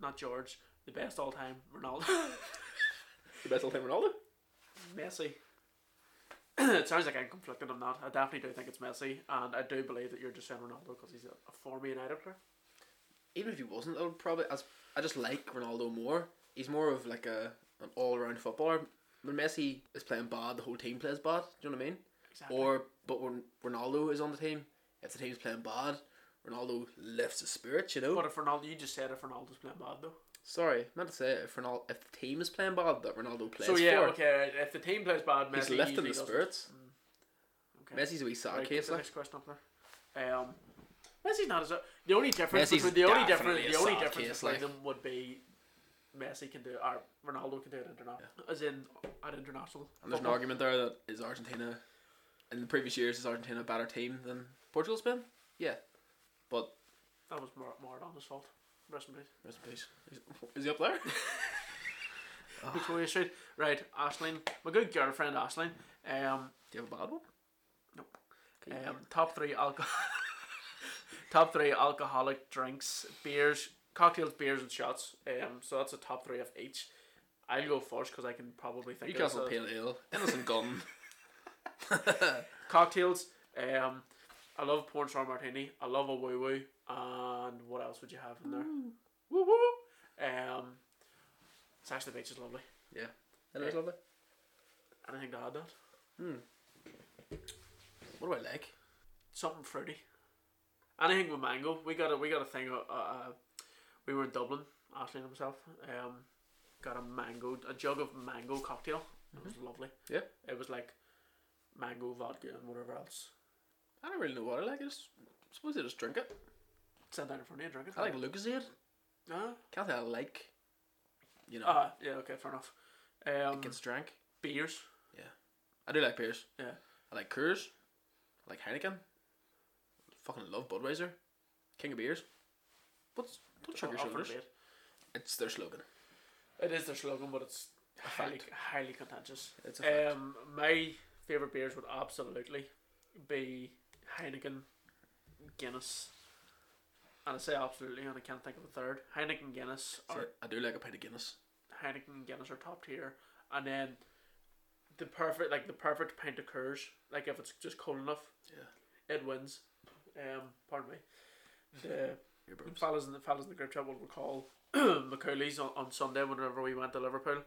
not George, the best all time, Ronaldo, The best all time Ronaldo. Messi. it sounds like I'm conflicted on that. I definitely do think it's Messi, and I do believe that you're just saying Ronaldo because he's a, a former United player. Even if he wasn't, I would probably as I just like Ronaldo more. He's more of like a an all round footballer. When Messi is playing bad, the whole team plays bad. Do you know what I mean? Exactly. Or but when Ronaldo is on the team, if the team's playing bad, Ronaldo lifts his spirits. You know. but if Ronaldo, you just said if Ronaldo's playing bad though. Sorry, meant to say if Ronaldo, if the team is playing bad, that Ronaldo plays so yeah, for. okay. If the team plays bad, Messi He's usually lifting the doesn't. Mm. spirits. Okay. Messi's a wee sad Right, case, the like. next question up there. Um, Messi's not as a, the only difference. Messi's between, the only difference. definitely a The only sad difference case, between like. them would be Messi can do or Ronaldo can do it international, as in at international. And there's an football. argument there that is Argentina, in the previous years, is Argentina a better team than Portugal's been? Yeah. But, That was Mar- Maradona's fault. Rest in peace. rest in peace. Is, is he up there? Victoria Street. Right, Ashling, my good girlfriend Ashling. Um, Do you have a bad one? Nope. Okay. um top three alcohol. top three alcoholic drinks, beers, cocktails, beers, and shots. Um, so that's a top three of each. I'll go first because I can probably think. of Newcastle the- Pale Ale, Innocent Gun. cocktails. Um, I love porn star martini. I love a woo woo. And what else would you have in there? Mm. Woo woo. Um, Sash the beach is lovely. That is lovely. Anything to add that? Hmm. What do I like? Something fruity. Anything with mango. We got a we got a thing. Uh, uh, we were in Dublin. Ashley and myself. Um, got a mango a jug of mango cocktail. It was lovely. Mm-hmm. Yeah. It was like mango vodka and whatever else. I don't really know what I like. I just suppose I just drink it. Sat down in front of you and drank it. I like Lucasade. Uh, Can't say I like. You know, uh, yeah. Okay. Fair enough. Um, it gets drank. beers. I do like beers. Yeah. I like Coors. I like Heineken. Fucking love Budweiser. King of beers. But don't shrug your Up for shoulders. debate. It's their slogan. It is their slogan, but it's highly fact. highly contentious. It's a fact. Um, my favorite beers would absolutely be Heineken, Guinness, and I say absolutely, and I can't think of a third. Heineken, Guinness, So or I do like a pint of Guinness. Heineken and Guinness are top tier, and then the perfect like the perfect pint of Coors, like if it's just cold enough, Yeah. it wins. Um, pardon me. The Your burps. fellas in the fellas in the group chat will recall McCauley's on, on Sunday whenever we went to Liverpool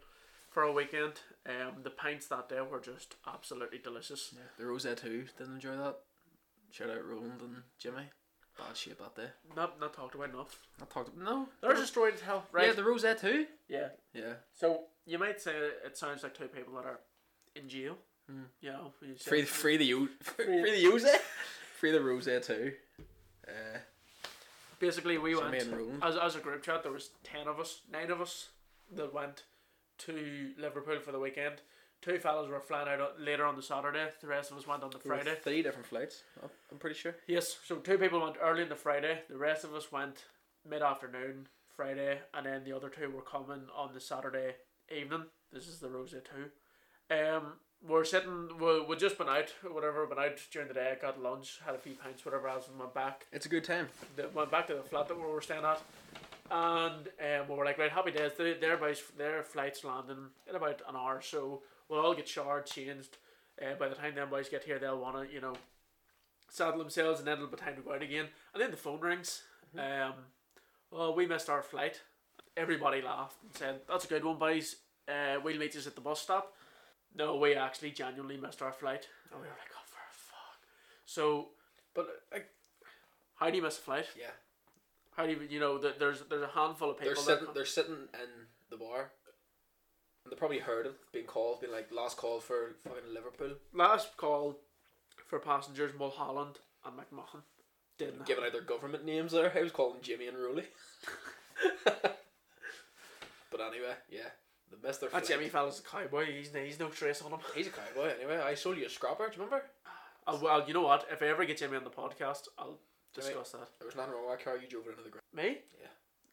for a weekend. Um, the pints that day were just absolutely delicious. Yeah. The Rosette too. Didn't enjoy that. Shout out Roland and Jimmy. Bad shape that day. Not not talked about enough. I talked about no. There's a story to tell, right? Yeah, the Rosette too. yeah. Yeah. So you might say it sounds like two people that are in jail. Mm. You know, you say- Free, free the U. Free the Rosette. Free the Rosette too. Uh, Basically, we Jimmy went. and Roland. as, as a group chat, there was ten of us, nine of us that went to Liverpool for the weekend. Two fellas were flying out on- later on the Saturday. The rest of us went on the There were Friday. Three different flights. I'm- I'm pretty sure. Yes, so two people went early on the Friday. The rest of us went mid afternoon Friday, and then the other two were coming on the Saturday evening. This is the Rosa two. Um, we're sitting. We we just been out, whatever. Been out during the day. Got lunch, had a few pints, whatever else, and went back It's a good time. that went back to the flat that we were staying at, and um, we were like, right, happy days. Their their, bus- their flight's landing in about an hour, so we'll all get showered, changed. Uh, by the time them boys get here, they'll wanna you know saddle themselves, and then it'll be time to go out again. And then the phone rings. Um, well, we missed our flight. Everybody laughed and said, "That's a good one, boys. Uh, we'll meet you at the bus stop." No, we actually genuinely missed our flight, and we were like, "Oh, for fuck!" So, but uh, like, how do you miss a flight? Yeah. How do you you know that there's there's a handful of people They're that sitting. They're sitting in the bar. And they probably heard it being called, being like last call for fucking Liverpool. last call for passengers Mulholland and McMahon didn't Giving out their government names there. I was calling Jimmy and Rowley. but anyway, yeah, they missed their. that Flight. Jimmy fella's a cowboy he's, he's no trace on him He's a cowboy anyway. I sold you a scrapper. Do you remember? Uh, well you know what if I ever get Jimmy on the podcast I'll Jimmy. discuss that There was nothing wrong with that car. You drove it into the ground. me Yeah.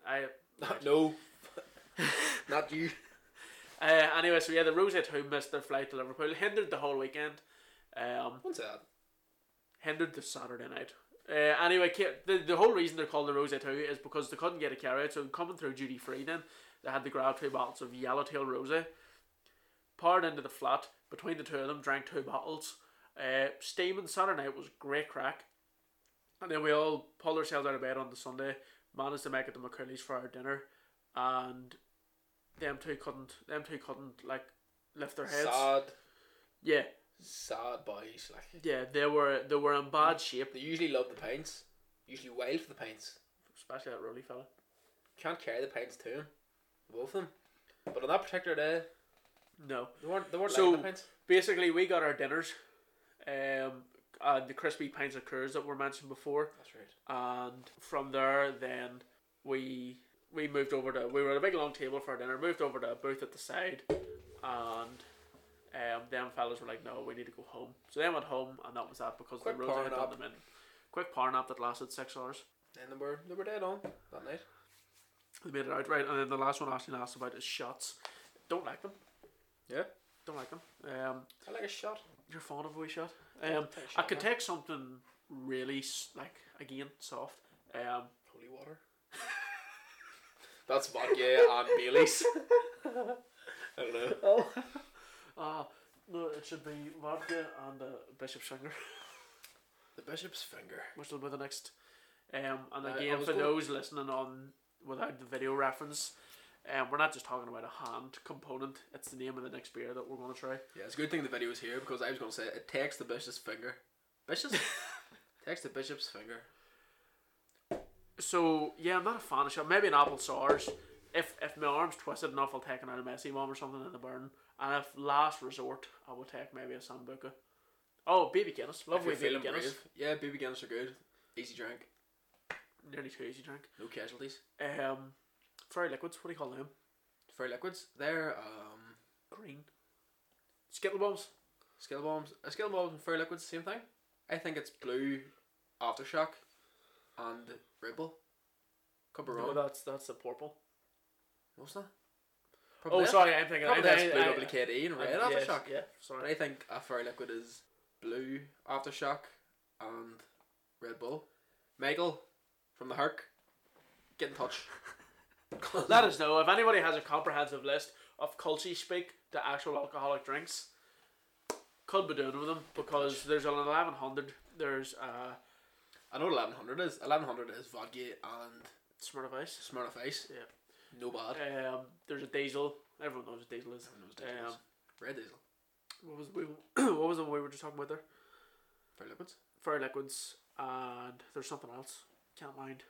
I no, not you. uh, anyway so yeah the Rosette who missed their flight to Liverpool hindered the whole weekend um What's that? hindered this Saturday night. Uh, anyway, ca- the, the whole reason they're called the Rosette Two is because they couldn't get a carry out, so coming through duty free then, they had to grab two bottles of Yellowtail Rosé, poured into the flat, between the two of them, drank two bottles. Uh, steaming Saturday night was great crack. And then we all pulled ourselves out of bed on the Sunday, managed to make it to McCurley's for our dinner, and them two couldn't, them two couldn't, like, lift their heads. Sad, Yeah, sad boys. Like yeah, they were, they were in bad shape, they usually love the pints. Usually wild for the pints. especially that Rowley fella. Can't carry the pints to 'em, both of them. But on that particular day, No. they weren't. They weren't So- liking the pints. Basically, we got our dinners, um, and the crispy pints of curds that were mentioned before, That's right. and from there, then we we moved over to we were at a big long table for our dinner. Moved over to a booth at the side, and um, them fellas were like, "No, we need to go home." So they went home, and that was that because Quick the power roads had done nap. them in. Quick power nap that lasted six hours. And they were they were dead on that night. We made it out right, and then the last one Ashley asked about is shots. Don't like them. Yeah. Don't like them. Um, I like a shot. you're fond of a wee shot. Um, Take a I shot, man. could take something really s- like again soft. Um, Holy water. That's vodka and Bailey's. I don't know. ah, no, it should be vodka and uh, Bishop's Finger, The bishop's finger. which will be the next. Um, and I- I again, was for gonna- those listening on without the video reference, um, we're not just talking about a hand component. It's the name of the next beer that we're going to try. Yeah, it's a good thing the video is here because I was gonna say it takes the bishop's finger. Bishop's takes the bishop's finger. So yeah, I'm not a fan of shot. Maybe an apple sours. If if my arm's twisted enough, I'll take another messy one or something in the burn, And if last resort, I would take maybe a Sambuca. Oh, baby Guinness, If lovely you're baby feeling Guinness. brave. Yeah, baby Guinness are good. Easy drink. Nearly too easy drink. No casualties. Um, fairy liquids. What do you call them? Fairy liquids. They're um, Green. Skittle bombs. skill bombs. Uh, skill bombs and fairy liquids, same thing. I think it's blue, aftershock, and Red Bull. Could be No, wrong. that's that's the purple. What's that? Oh, Probably that. sorry, I'm thinking. I'm Probably that's thinking- blue I- double KD and I- red yes, aftershock. Yeah, But sorry. I think a fairy liquid is blue aftershock and Red Bull. Michael from the Herc, get in touch. Let us know if anybody has a comprehensive list of culture speak to actual alcoholic drinks. Could be doing with them because there's an eleven hundred. There's uh I know what 1100 is. 1100 is vodka and Smirnoff Ice. Smirnoff Ice. Yeah. No bad. Um, there's a diesel. Everyone knows what diesel is. Everyone knows diesel Um, is. Red diesel. What was we? what was the one we were just talking about there? Fairy liquids. Fairy liquids and there's something else. Can't mind.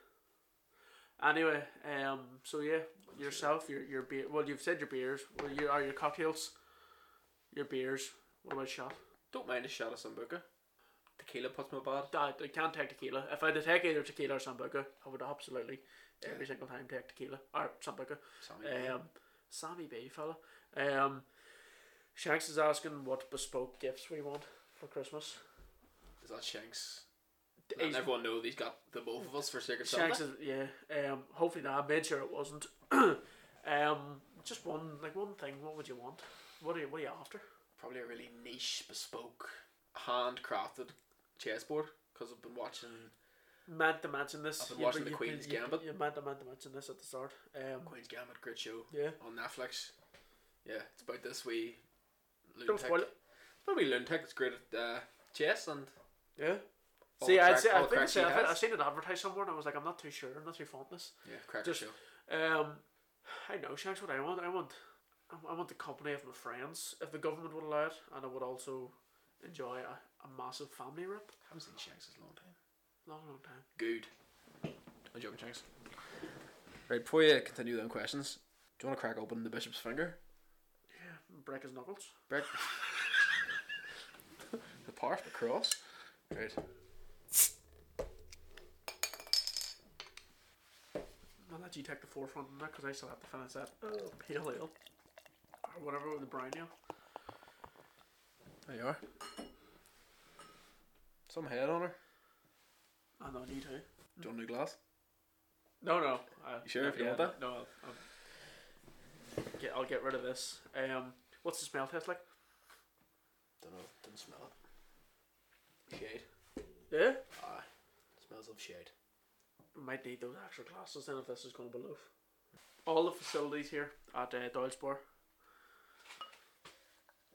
Anyway, um, so yeah, yourself, your your beer. Well, you've said your beers. Well, you are your cocktails, your beers. What about shot? Don't mind a shot of Sambuca. Tequila puts me bad. I, I can't take tequila. If I had to take either tequila or sambuca, I would absolutely every Yeah. single time take tequila or sambuca. Sammy. Um, Sammy B, fella. Um, Shanks is asking what bespoke gifts we want for Christmas. is that Shanks? He's- Letting everyone know he's got the both of us for Secret Santa. Shanks is yeah. Um, hopefully not. I made sure it wasn't. um, just one like one thing. What would you want? What are you What are you after? Probably a really niche, bespoke, handcrafted chessboard. Because I've been watching Meant to mention this. I've been You- watching you- The you- Queen's you- Gambit. You meant to meant to mention this at the start. Um, Queen's Gambit, great show yeah. on Netflix. Yeah, it's about this wee Don't lunatic. spoil it. It's probably lunatic. It's great at uh, chess and Yeah. all See, the I'd crack- say, all I the think crack I'd say, he I've, I've has. seen it advertised somewhere, and I was like, I'm not too sure. I'm not too fond of this. yeah, cracker just- show. Um, I know, Shanks. What I want, I want, I- I want the company of my friends. If the government would allow it, and I would also enjoy a, a massive family rip. haven't seen Shanks in a long time. Long, long time. Good. I'm joking, Shanks. Right, before you continue them questions, do you want to crack open the bishop's finger? Yeah, break his knuckles. Break. the part, the cross. Right. I'll let you take the forefront on that because I still have to finish that uh, pale ale or whatever with the brown ale. There you are. Some head on her. And on Oh, you too. Do you want a new glass? No, no. Uh, You sure if you yeah, want that? No, I'll, I'll get I'll get rid of this. Um, what's the smell taste like? Don't know. Didn't smell it. Shade. Yeah. Ah, smells of shade. We might need those extra glasses then if this is going to be low. All the facilities here at uh, Doyle'sbar.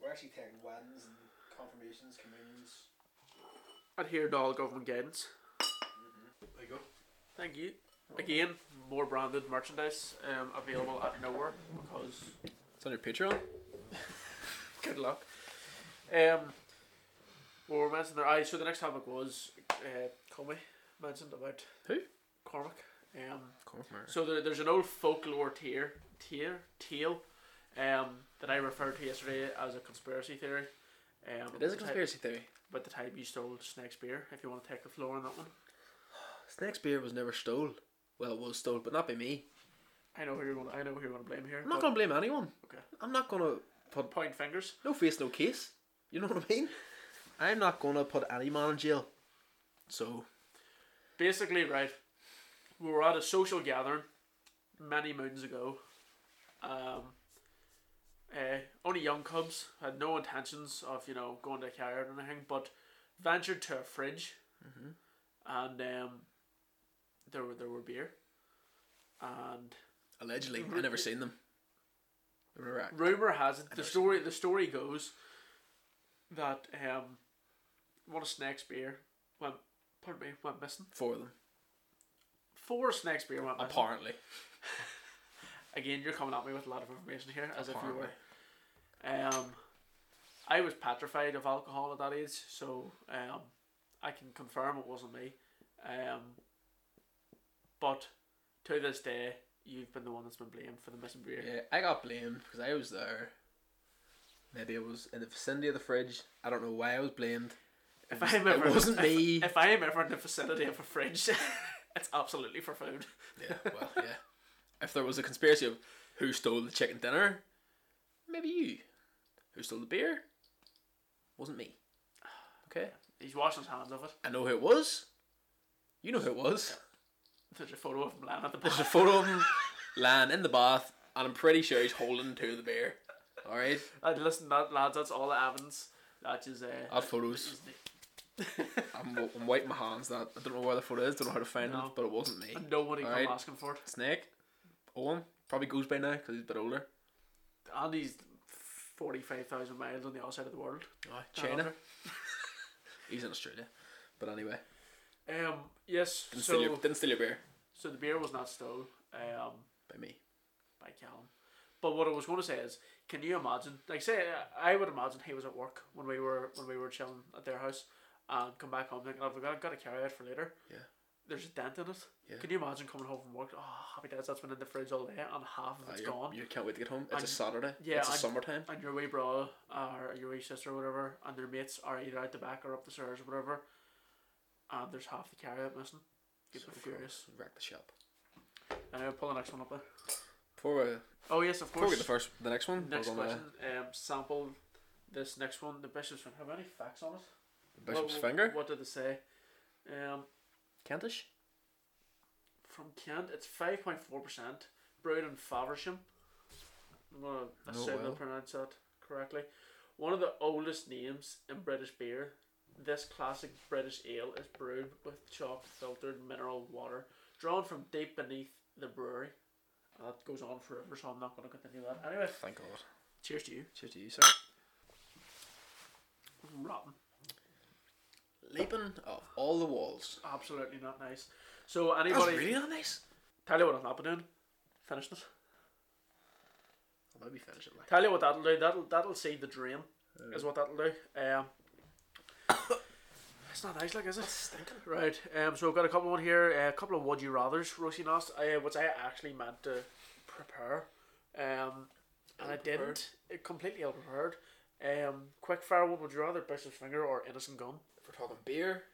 We're actually taking weddings and confirmations, communions. adhere to all government guidance. There you go. Thank you. Oh. Again, more branded merchandise um, available at nowhere because It's on your Patreon. good luck. Um, what were we mentioning there? I so the next topic was uh, Comey mentioned about Who? Cormac. Um, Cormac. so there, there's an old folklore tier tier tale um, that I referred to yesterday as a conspiracy theory. Um, It is a about the ti- conspiracy theory. About the time you stole Snake's beer, if you want to take the floor on that one. Snake's beer was never stole. Well, it was stole, but not by me. I know who you're going. I know who you're going to blame here. I'm not but gonna blame anyone. Okay. I'm not gonna put point fingers. no face, no case. You know what I mean? I'm not gonna put any man in jail. So basically right we were at a social gathering many moons ago um uh, only young cubs had no intentions of you know going to a carrier or anything but ventured to a fridge and um there were there were beer and allegedly, I never seen them. They were wrecked. rumor has it the story the story goes that um one of snake's beer went pardon me went missing Four of them, four snake's beer went missing apparently. again, you're coming at me with a lot of information here, as Apparently. if you were. Um, I was petrified of alcohol at that age, so um, I can confirm it wasn't me. Um, but to this day, you've been the one that's been blamed for the missing beer. Yeah, I got blamed because I was there. Maybe it was in the vicinity of the fridge. I don't know why I was blamed. If I'm ever, it wasn't if, me. If I am ever in the vicinity of a fridge, it's absolutely for food. Yeah, well, yeah. If there was a conspiracy of who stole the chicken dinner, maybe you. Who stole the beer? Wasn't me. Okay. He's washing his hands of it. I know who it was. You know who it was. There's a photo of him lying at the There's a back. photo of him lying in the bath, and I'm pretty sure he's holding to the beer. All right. Uh, listen, that, lads, that's all the evidence. That is. Uh, That photos. is I'm, I'm wiping my hands. That I don't know where the photo is. Don't know how to find No. it, but it wasn't me. the- nobody come Alright. asking for it. Snake. Owen probably goes by now because he's a bit older. Andy's 45,000 miles on the other side of the world. Oh, China. he's in Australia. But anyway, Um, yes, didn't, steal your, so, didn't steal your beer so the beer was not stolen um, by me. by Callum. But what I was going to say is, can you imagine? Like, say, I would imagine he was at work when we were when we were chilling at their house, and come back home thinking, "I've got, I've got to carry it for later." Yeah. There's a dent in it. Yeah. Can you imagine coming home from work? Oh, happy days! That's been in the fridge all day, and half of Ah, it's you're- gone. You can't wait to get home. It's I'm- a Saturday. yeah, it's a I'm- summertime. and your wee bro uh, or your wee sister or whatever and their mates are either out the back or up the stairs or whatever and there's half the carryout missing. Get So furious. gross. Wreck the shop. And I'll pull the next one up there. Before we, Oh yes, of before we course. get the first, the next one. next we're gonna- question. Um, sample this next one. The bishop's one. Have any facts on it? the Bishop's What- finger. What did they say? Um, Kentish. from Kent, it's five point four percent brewed in Faversham. I'm gonna assume I Oh, well. pronounce that correctly. One of the oldest names in British beer, this classic British ale is brewed with chalk filtered mineral water drawn from deep beneath the brewery. And that goes on forever, so I'm not gonna continue that. Anyway, Thank God. cheers to you. Cheers to you, sir. Rotten. Leaping off all the walls. Absolutely not nice. So That's anybody really not nice. tell you what I'm not doing. Finish it. I'll maybe finish it like. Tell you what that'll do. That'll that'll see the drain. Is what that'll do. Um, it's not nice, like is it? stinking. Right. Um. So I've got a couple on here. A couple of would you rather's Rosie asked, uh, which I actually meant to prepare, um, and I didn't. It completely ill prepared. Um. Quick fire one. Would you rather bishop's finger or innocent gun? If we're talking beer,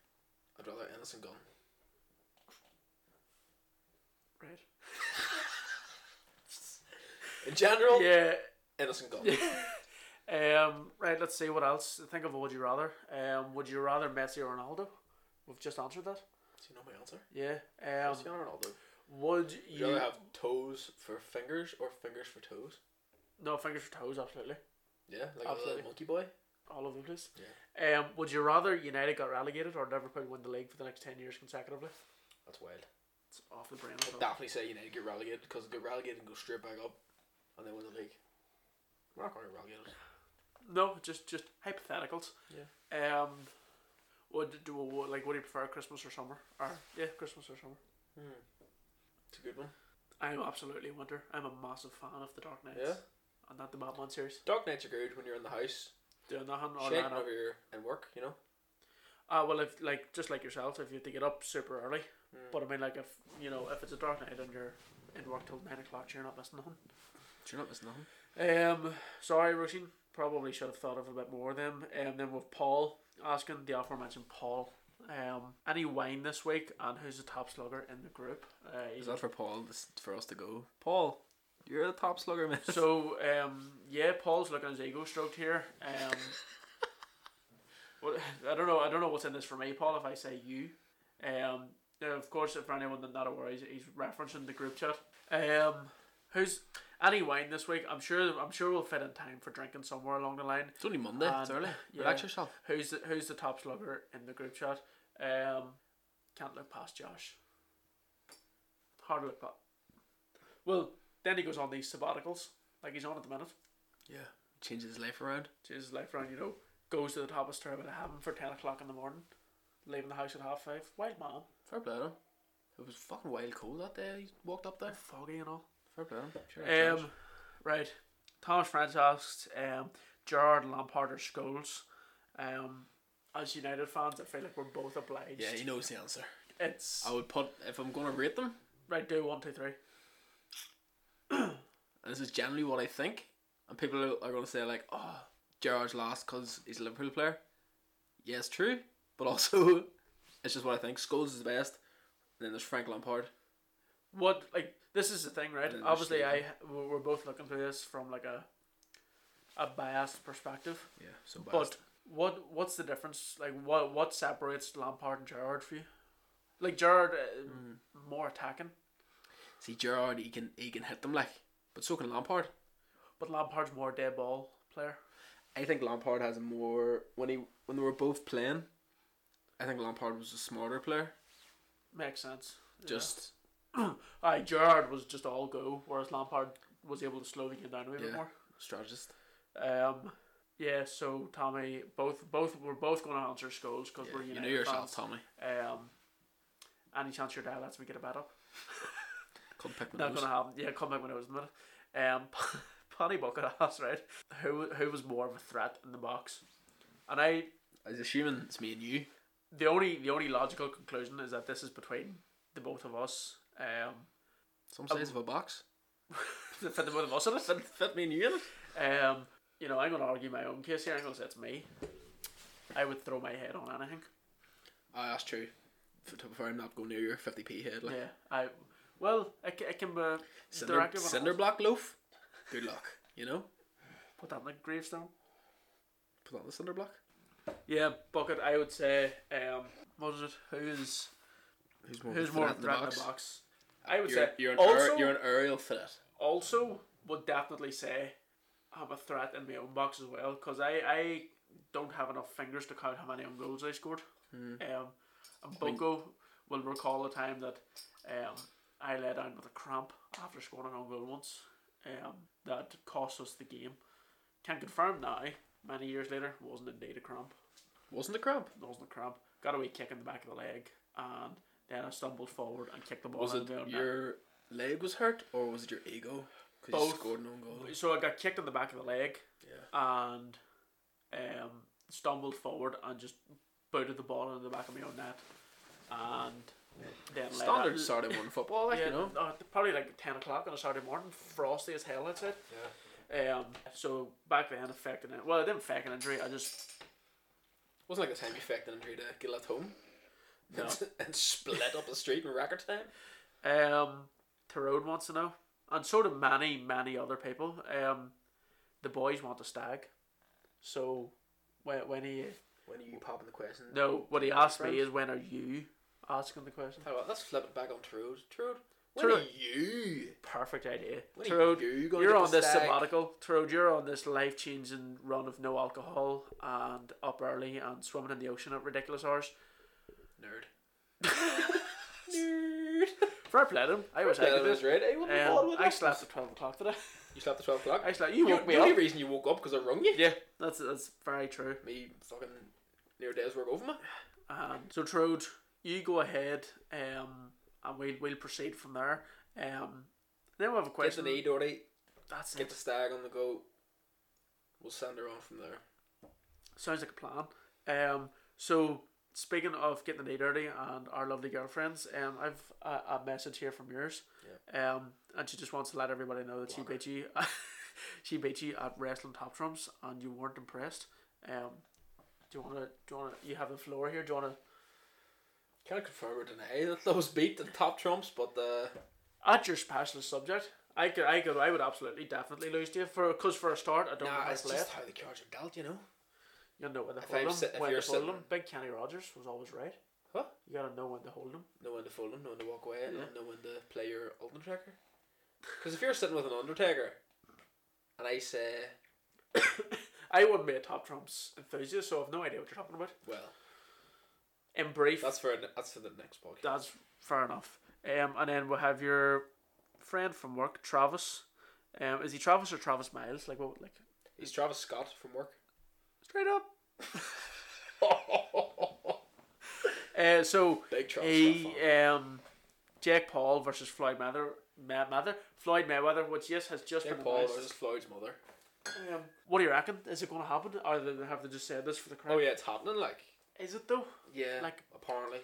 I'd rather innocent gun. Right. In general, Yeah. innocent gun. Um, right, let's see what else. Think of a would you rather. Um, would you rather Messi or Ronaldo? We've just answered that. Do you know my answer? Yeah. Um, Cristiano Ronaldo. would Would you? you rather have toes for fingers or fingers for toes? No fingers for toes, absolutely. Yeah, like a Absolutely. little monkey boy. All over the place. Um, would you rather United got relegated or Liverpool win the league for the next ten years consecutively? That's wild. It's off the brain. I'd definitely say United get relegated because get relegated and go straight back up, and they win the league. We're not going to get relegated. No, just just hypotheticals. Yeah. Um, would do what, like? Would you prefer Christmas or summer? Or yeah, Christmas or summer. Hmm. It's a good one. I'm absolutely winter. I'm a massive fan of the Dark Knights. Yeah. And not the Batman series. Dark nights are good when you're in the house, Doing nothing or shaking lying up. over your and work. You know. Uh, well, if like just like yourself, if you have to get up super early. Mm. But I mean, like if you know if it's a dark night and you're in work till nine o'clock, you're not missing nothing. You're not missing nothing. Um, sorry, Roisin. Probably should have thought of a bit more of them. And then with Paul asking the aforementioned Paul, um, any wine this week and who's the top slugger in the group? Uh, Is that for Paul? This, for us to go. Paul, you're the top slugger, man. so um, yeah, Paul's looking his ego stroked here. Um, well, I don't know. I don't know what's in this for me, Paul. If I say you, um, now, of course, if for anyone that's not aware, he's, he's referencing the group chat. Um, who's any wine this week? I'm sure. I'm sure we'll fit in time for drinking somewhere along the line. It's only Monday. it's Um, early. yeah. Relax yourself. Who's the, who's the top slugger in the group chat? Um, can't look past Josh. Hard to look past. Well, then he goes on these sabbaticals, like he's on at the minute. Yeah. Changes his life around. Changes his life around, you know. Goes to the top of Stairwell to Heaven for 10 o'clock in the morning. Leaving the house at half five. Wild man. Fair play to him. It was fucking wild cold that day. He walked up there. Foggy and all. Fair play to him. Sure, it's Um, right. Thomas French asks, um, Gerard Lampard or Scholes? Um, as United fans, I feel like we're both obliged. Yeah, he knows the answer. It's I would put if I'm gonna rate them, right. Do one, two, three. and this is generally what I think, and people are, are gonna say like, "Oh, Gerard's last because he's a Liverpool player. Yeah, it's true, but also it's just what I think. Scholes is the best, and then there's Frank Lampard. what like this is the thing right And then obviously i there's we- we're both looking through this from like a a biased perspective Yeah, so but what what's the difference like what what separates lampard and gerard for you like gerard uh, Mm-hmm. more attacking see Gerard, he can he can hit them like, but so can Lampard. but lampard's more dead ball player I think Lampard has more when he when they were both playing. I think Lampard was a smarter player. makes sense yeah. Just aye gerard was just all go whereas lampard was able to slow the game down a wee bit Yeah. more strategist. um yeah so tommy both both we're both going to answer Scholes because Yeah, we're you United know fans. yourself, Tommy. Um, any chance your dad lets me get a bet up? Could pick my Not nose. gonna happen. Yeah, come back when I was in a minute. Um, Paddy Bucket asked, right? Who who was more of a threat in the box? And I, I was assuming it's me and you. the only the only logical conclusion is that this is between the both of us. Um, Some size of a box. fit the both of us in it. Fit me and you in it. Um, you know, I'm gonna argue my own case here. I'm gonna say it's me. I would throw my head on anything. Ah, that's true. F- To be fair, I'm not going near your 50p head. Like, Yeah, I. Well, I, ca- I can uh, cinder, directly- cinder block loaf? Good luck. You know? put that in the gravestone. Put on the cinder block. Yeah, bucket. I would say, um, what is it? Who's Who's more, who's of a more threat threat in the box? box? I would You're, say you're, an also aer- you're an aerial threat. also would definitely say I'm a threat in my own box as well because I I don't have enough fingers to count how many own goals I scored. Um, and Hmm. I mean- Boko will recall the time that um I lay down with a cramp after scoring an own goal once. Um, that cost us the game. Can confirm now, many years later, wasn't indeed a cramp. Wasn't a cramp. It wasn't a cramp. Got a wee kick in the back of the leg, and then I stumbled forward and kicked the ball. Was in it the net. your uh, leg was hurt or was it your ego? Because you Both. scored an own goal. So I got kicked in the back of the leg, Yeah. and um, stumbled forward and just booted the ball into the back of my own net, and then let Standard uh, it- Saturday morning football, like, yeah, you know? uh, probably like ten o'clock on a Saturday morning, frosty as hell. That's it. Yeah. Um. So back then, affected it. Well, it didn't affect an injury. I just Wasn't like the time you fecked an injury to get left home no. and split up the street in record time. Um, Tyrone wants to know, and so do many, many other people. Um, the boys want to stag, so when when he When are you popping the question? no, what he asked me is when are you asking the question? Tell you what, let's flip it back on Trude. Trude, when Trude. are you? Perfect idea, When Tyrone. are you going You're on this stag? sabbatical, Tyrone. You're on this life changing run of no alcohol and up early and swimming in the ocean at ridiculous hours. Nerd. Nerd. Fair play to him. I wish I That could do was it. right. Hey, what the hell Um, was I that? slept at twelve o'clock today. You slept at 12 o'clock? I slept. You You- woke me The only up. reason you woke up because I rung you. Yeah, that's that's very true. Me fucking near days work over me. Um, so Trude, you go ahead, um, and we'll we'll proceed from there. Um, then we Get have a the question. knee dirty. That's Get it. the stag on the go. We'll send her on from there. Sounds like a plan. Um, so speaking of getting the knee dirty and our lovely girlfriends, um, I've a, a message here from yours. Yeah. Um, and she just wants to let everybody know that she beat you. she beat you at wrestling top trumps, and you weren't impressed. Um, do you wanna? Do you wanna? You have the floor here. Do you wanna? Can't confirm or deny that those beat the top trumps, but uh, At your specialist subject, I could, I could, I would absolutely, definitely lose to you for, cause for a start, I don't know nah, how it's to play. just it. how the cards are dealt, you know. You know when to if hold I'm them. sit- if when to you're hold sitting- them. Big Kenny Rogers was always right. Huh? You gotta know when to hold them. Know when to fold them, know when to walk away, and Yeah. know when to play your Undertaker. Because if you're sitting with an Undertaker, and I say, I wouldn't be a top trumps enthusiast, so I've no idea what you're talking about. well, In brief, that's that's, for that's for the next podcast. fair enough. Um, and then we'll have your friend from work, Travis. Um, is he Travis or Travis Miles? Like what? Like He's Travis Scott from work. straight up. Uh, so Big Travis Scott. he fan. um, Jake Paul versus Floyd Mather, Ma- Mather, Floyd Mayweather, which yes has just Jake been Paul announced. versus Floyd's mother. Um, what do you reckon? Is it going to happen? Or they they have to just say this for the crowd? Oh yeah, it's happening. Like Is it though? yeah, Like- apparently,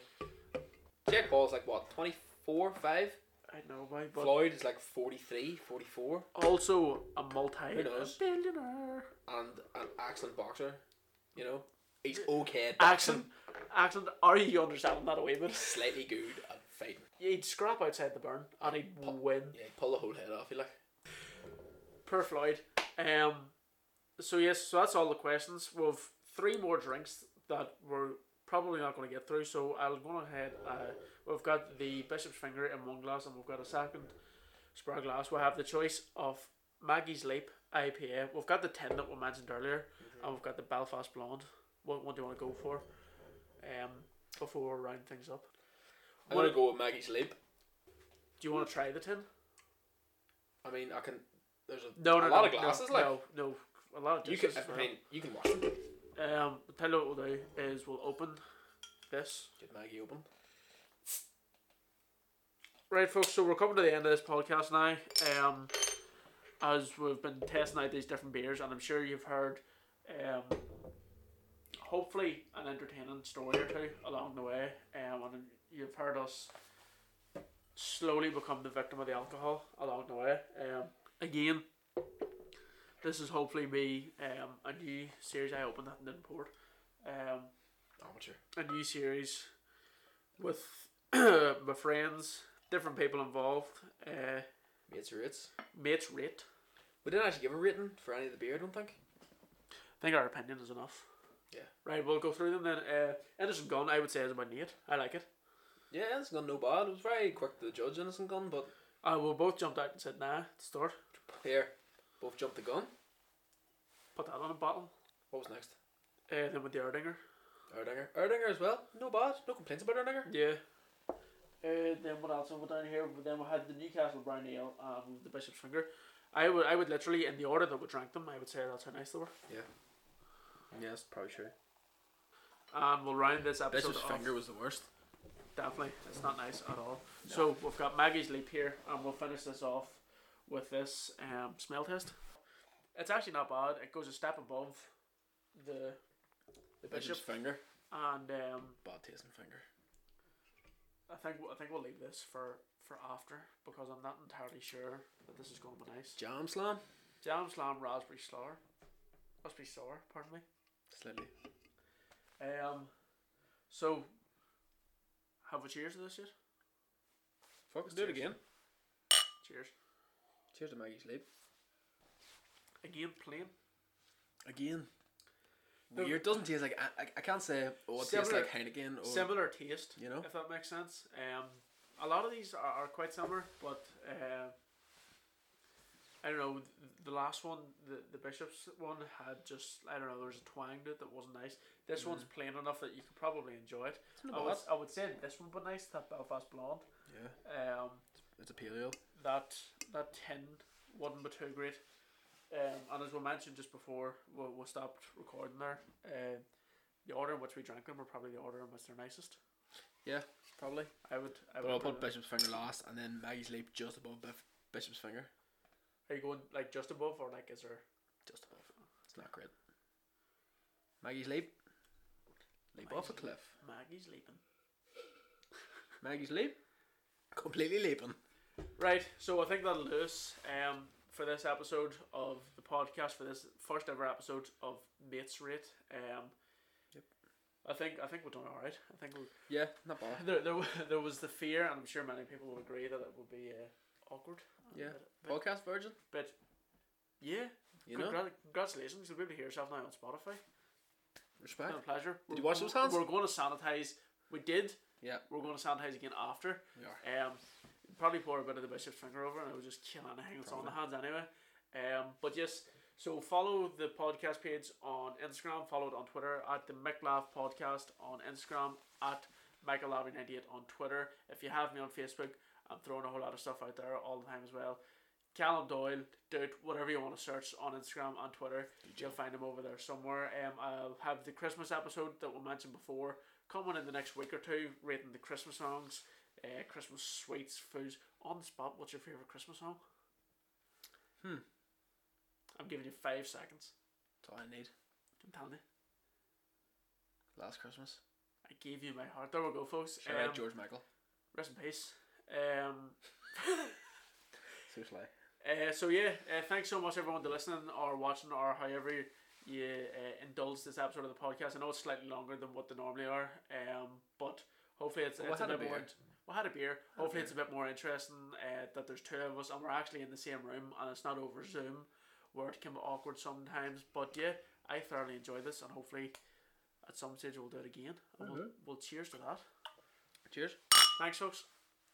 Jake Paul's like what 24, 5? I don't know why, but Floyd is like 43, 44, also a multi knows? billionaire. and an excellent boxer. You know, he's okay at boxing, Accent, accent. Are you understanding that a wee bit? slightly good at fighting. He'd scrap outside the burn and he'd win. Yeah, he'd pull the whole head off. He like Per Floyd. Um. So yes, so that's all the questions. We've three more drinks that we're probably not going to get through. So I'll go ahead. Uh, we've got the Bishop's Finger in one glass, and we've got a second spare glass. We have the choice of Maggie's Leap IPA. We've got the ten that we mentioned earlier, Mm-hmm. and we've got the Belfast Blonde. What one do you want to go for? Um, before we round things up, I'm gonna go with Maggie's lip. do you want to try the tin? I mean, I can. There's a, No, a no, lot no, of glasses. no, like no, no, a lot of you can. dishes I as well. mean, you can watch them. Um, but tell you what we'll do is we'll open this. Get Maggie open. Right, folks. So we're coming to the end of this podcast now. Um, as we've been testing out these different beers, and I'm sure you've heard, um, hopefully an entertaining story or two along the way. Um, and you've heard us slowly become the victim of the alcohol along the way. Um, again, this is hopefully me. Um, a new series I opened that and didn't pour. Um, Amateur. a new series with my friends, different people involved, uh, Mates or rates. mates rate. We didn't actually give a rating for any of the beer. I don't think. I think our opinion is enough. Yeah. Right, we'll go through them then. Uh, Innocent Gun, I would say, is about an 8. I like it. Yeah, it's gone no bad. It was very quick to judge innocent gun, but Uh, we both jumped out and said, nah, to start. here, both jumped the gun. Put that on a bottle. What was next? Uh, then with the Erdinger. Erdinger. Erdinger as well. No bad. No complaints about Erdinger. Yeah. Uh, then what else over down here? Then we had the Newcastle Brown Ale um, the Bishop's Finger. I would, I would literally, in the order that we drank them, I would say that's how nice they were. Yeah, that's probably true. And we'll round this episode Bitch's off. finger was the worst. Definitely, it's not nice at all. So we've got Maggie's leap here, and we'll finish this off with this um, smell test. It's actually not bad. It goes a step above the The Bishop. Bishop's finger. and um, Bad tasting finger. I think I think we'll leave this for for after because I'm not entirely sure that this is going to be nice. Jam slam. Jam slam raspberry sour, raspberry sour. Pardon me. Slightly. Um, so have we cheers to this yet? Fuck, let's do it again. Cheers Cheers to Maggie's leap. again, plain. Again. No. Weird. Doesn't taste like I, I, I can't say oh it tastes Similar- like Heineken or similar taste, you know? if that makes sense. Um, a lot of these are, are quite similar, but uh, I don't know. th- The last one, the the Bishop's one, had just I don't know. There was a twang to it that wasn't nice. This one's plain enough that you could probably enjoy it. Mm. not I bad. would, I would say this one, but nice that Belfast Blonde. Yeah. Um, It's a pale ale. that that tin wouldn't be too great. Um, and as we mentioned just before, we, we stopped recording there. Uh, the order in which we drank them were probably the order in which they're nicest. Yeah, probably. I would. I But would I'll put put Bishop's finger last and then Maggie's leap just above Bif- Bishop's finger. Are you going like just above or like is there? Just above. It's not great. Maggie's leap. Leap off a cliff. Maggie's leaping. Maggie's leap. Completely leaping. Right, so I think that'll do us um, for this episode of the podcast for this first ever episode of Mates Rate. Um, Yep. I think I think we're doing all right. I think we Yeah, not bad. there, there wa- there was the fear, and I'm sure many people would agree that it would be uh, awkward. Yeah. but, Podcast virgin. but yeah, You know, congra- congratulations, you'll be able to hear yourself now on Spotify. respect. Been a pleasure. Did We're- you wash those hands? We're going to sanitize. We did. Yeah. We're going to sanitize again after. We are. Um, probably pour a bit of the bishop's finger over, and it would just kill anything that's on the hands anyway. Um, but yes, so follow the podcast page on Instagram. Follow it on Twitter at the McLaugh Podcast on Instagram at Michael Lavin 98 on Twitter. If you have me on Facebook, I'm throwing a whole lot of stuff out there all the time as well. Callum Doyle, Doot, whatever you want to search on Instagram and Twitter, you'll find him over there somewhere. Um, I'll have the Christmas episode that we mentioned before coming in the next week or two, rating the Christmas songs, uh, Christmas sweets, foods. On the spot, what's your favourite Christmas song? Hmm. I'm giving you five seconds. That's all I need. I'm telling you. Last Christmas. I gave you my heart. There we go, folks. Shout Um, out George Michael. Rest in peace. Um, too sly. Uh, so yeah, uh, thanks so much everyone to listening or watching or however you uh, indulge this episode of the podcast. I know it's slightly longer than what they normally are, um, but hopefully it's, Well, it's I a had a bit more. beer. We had a beer. hopefully it's a bit more interesting uh, that there's two of us and we're actually in the same room and it's not over Zoom, where it can be awkward sometimes. But yeah, I thoroughly enjoy this and hopefully Mm-hmm. at some stage we'll do it again. And we'll, we'll cheers to that. Cheers. Thanks, folks.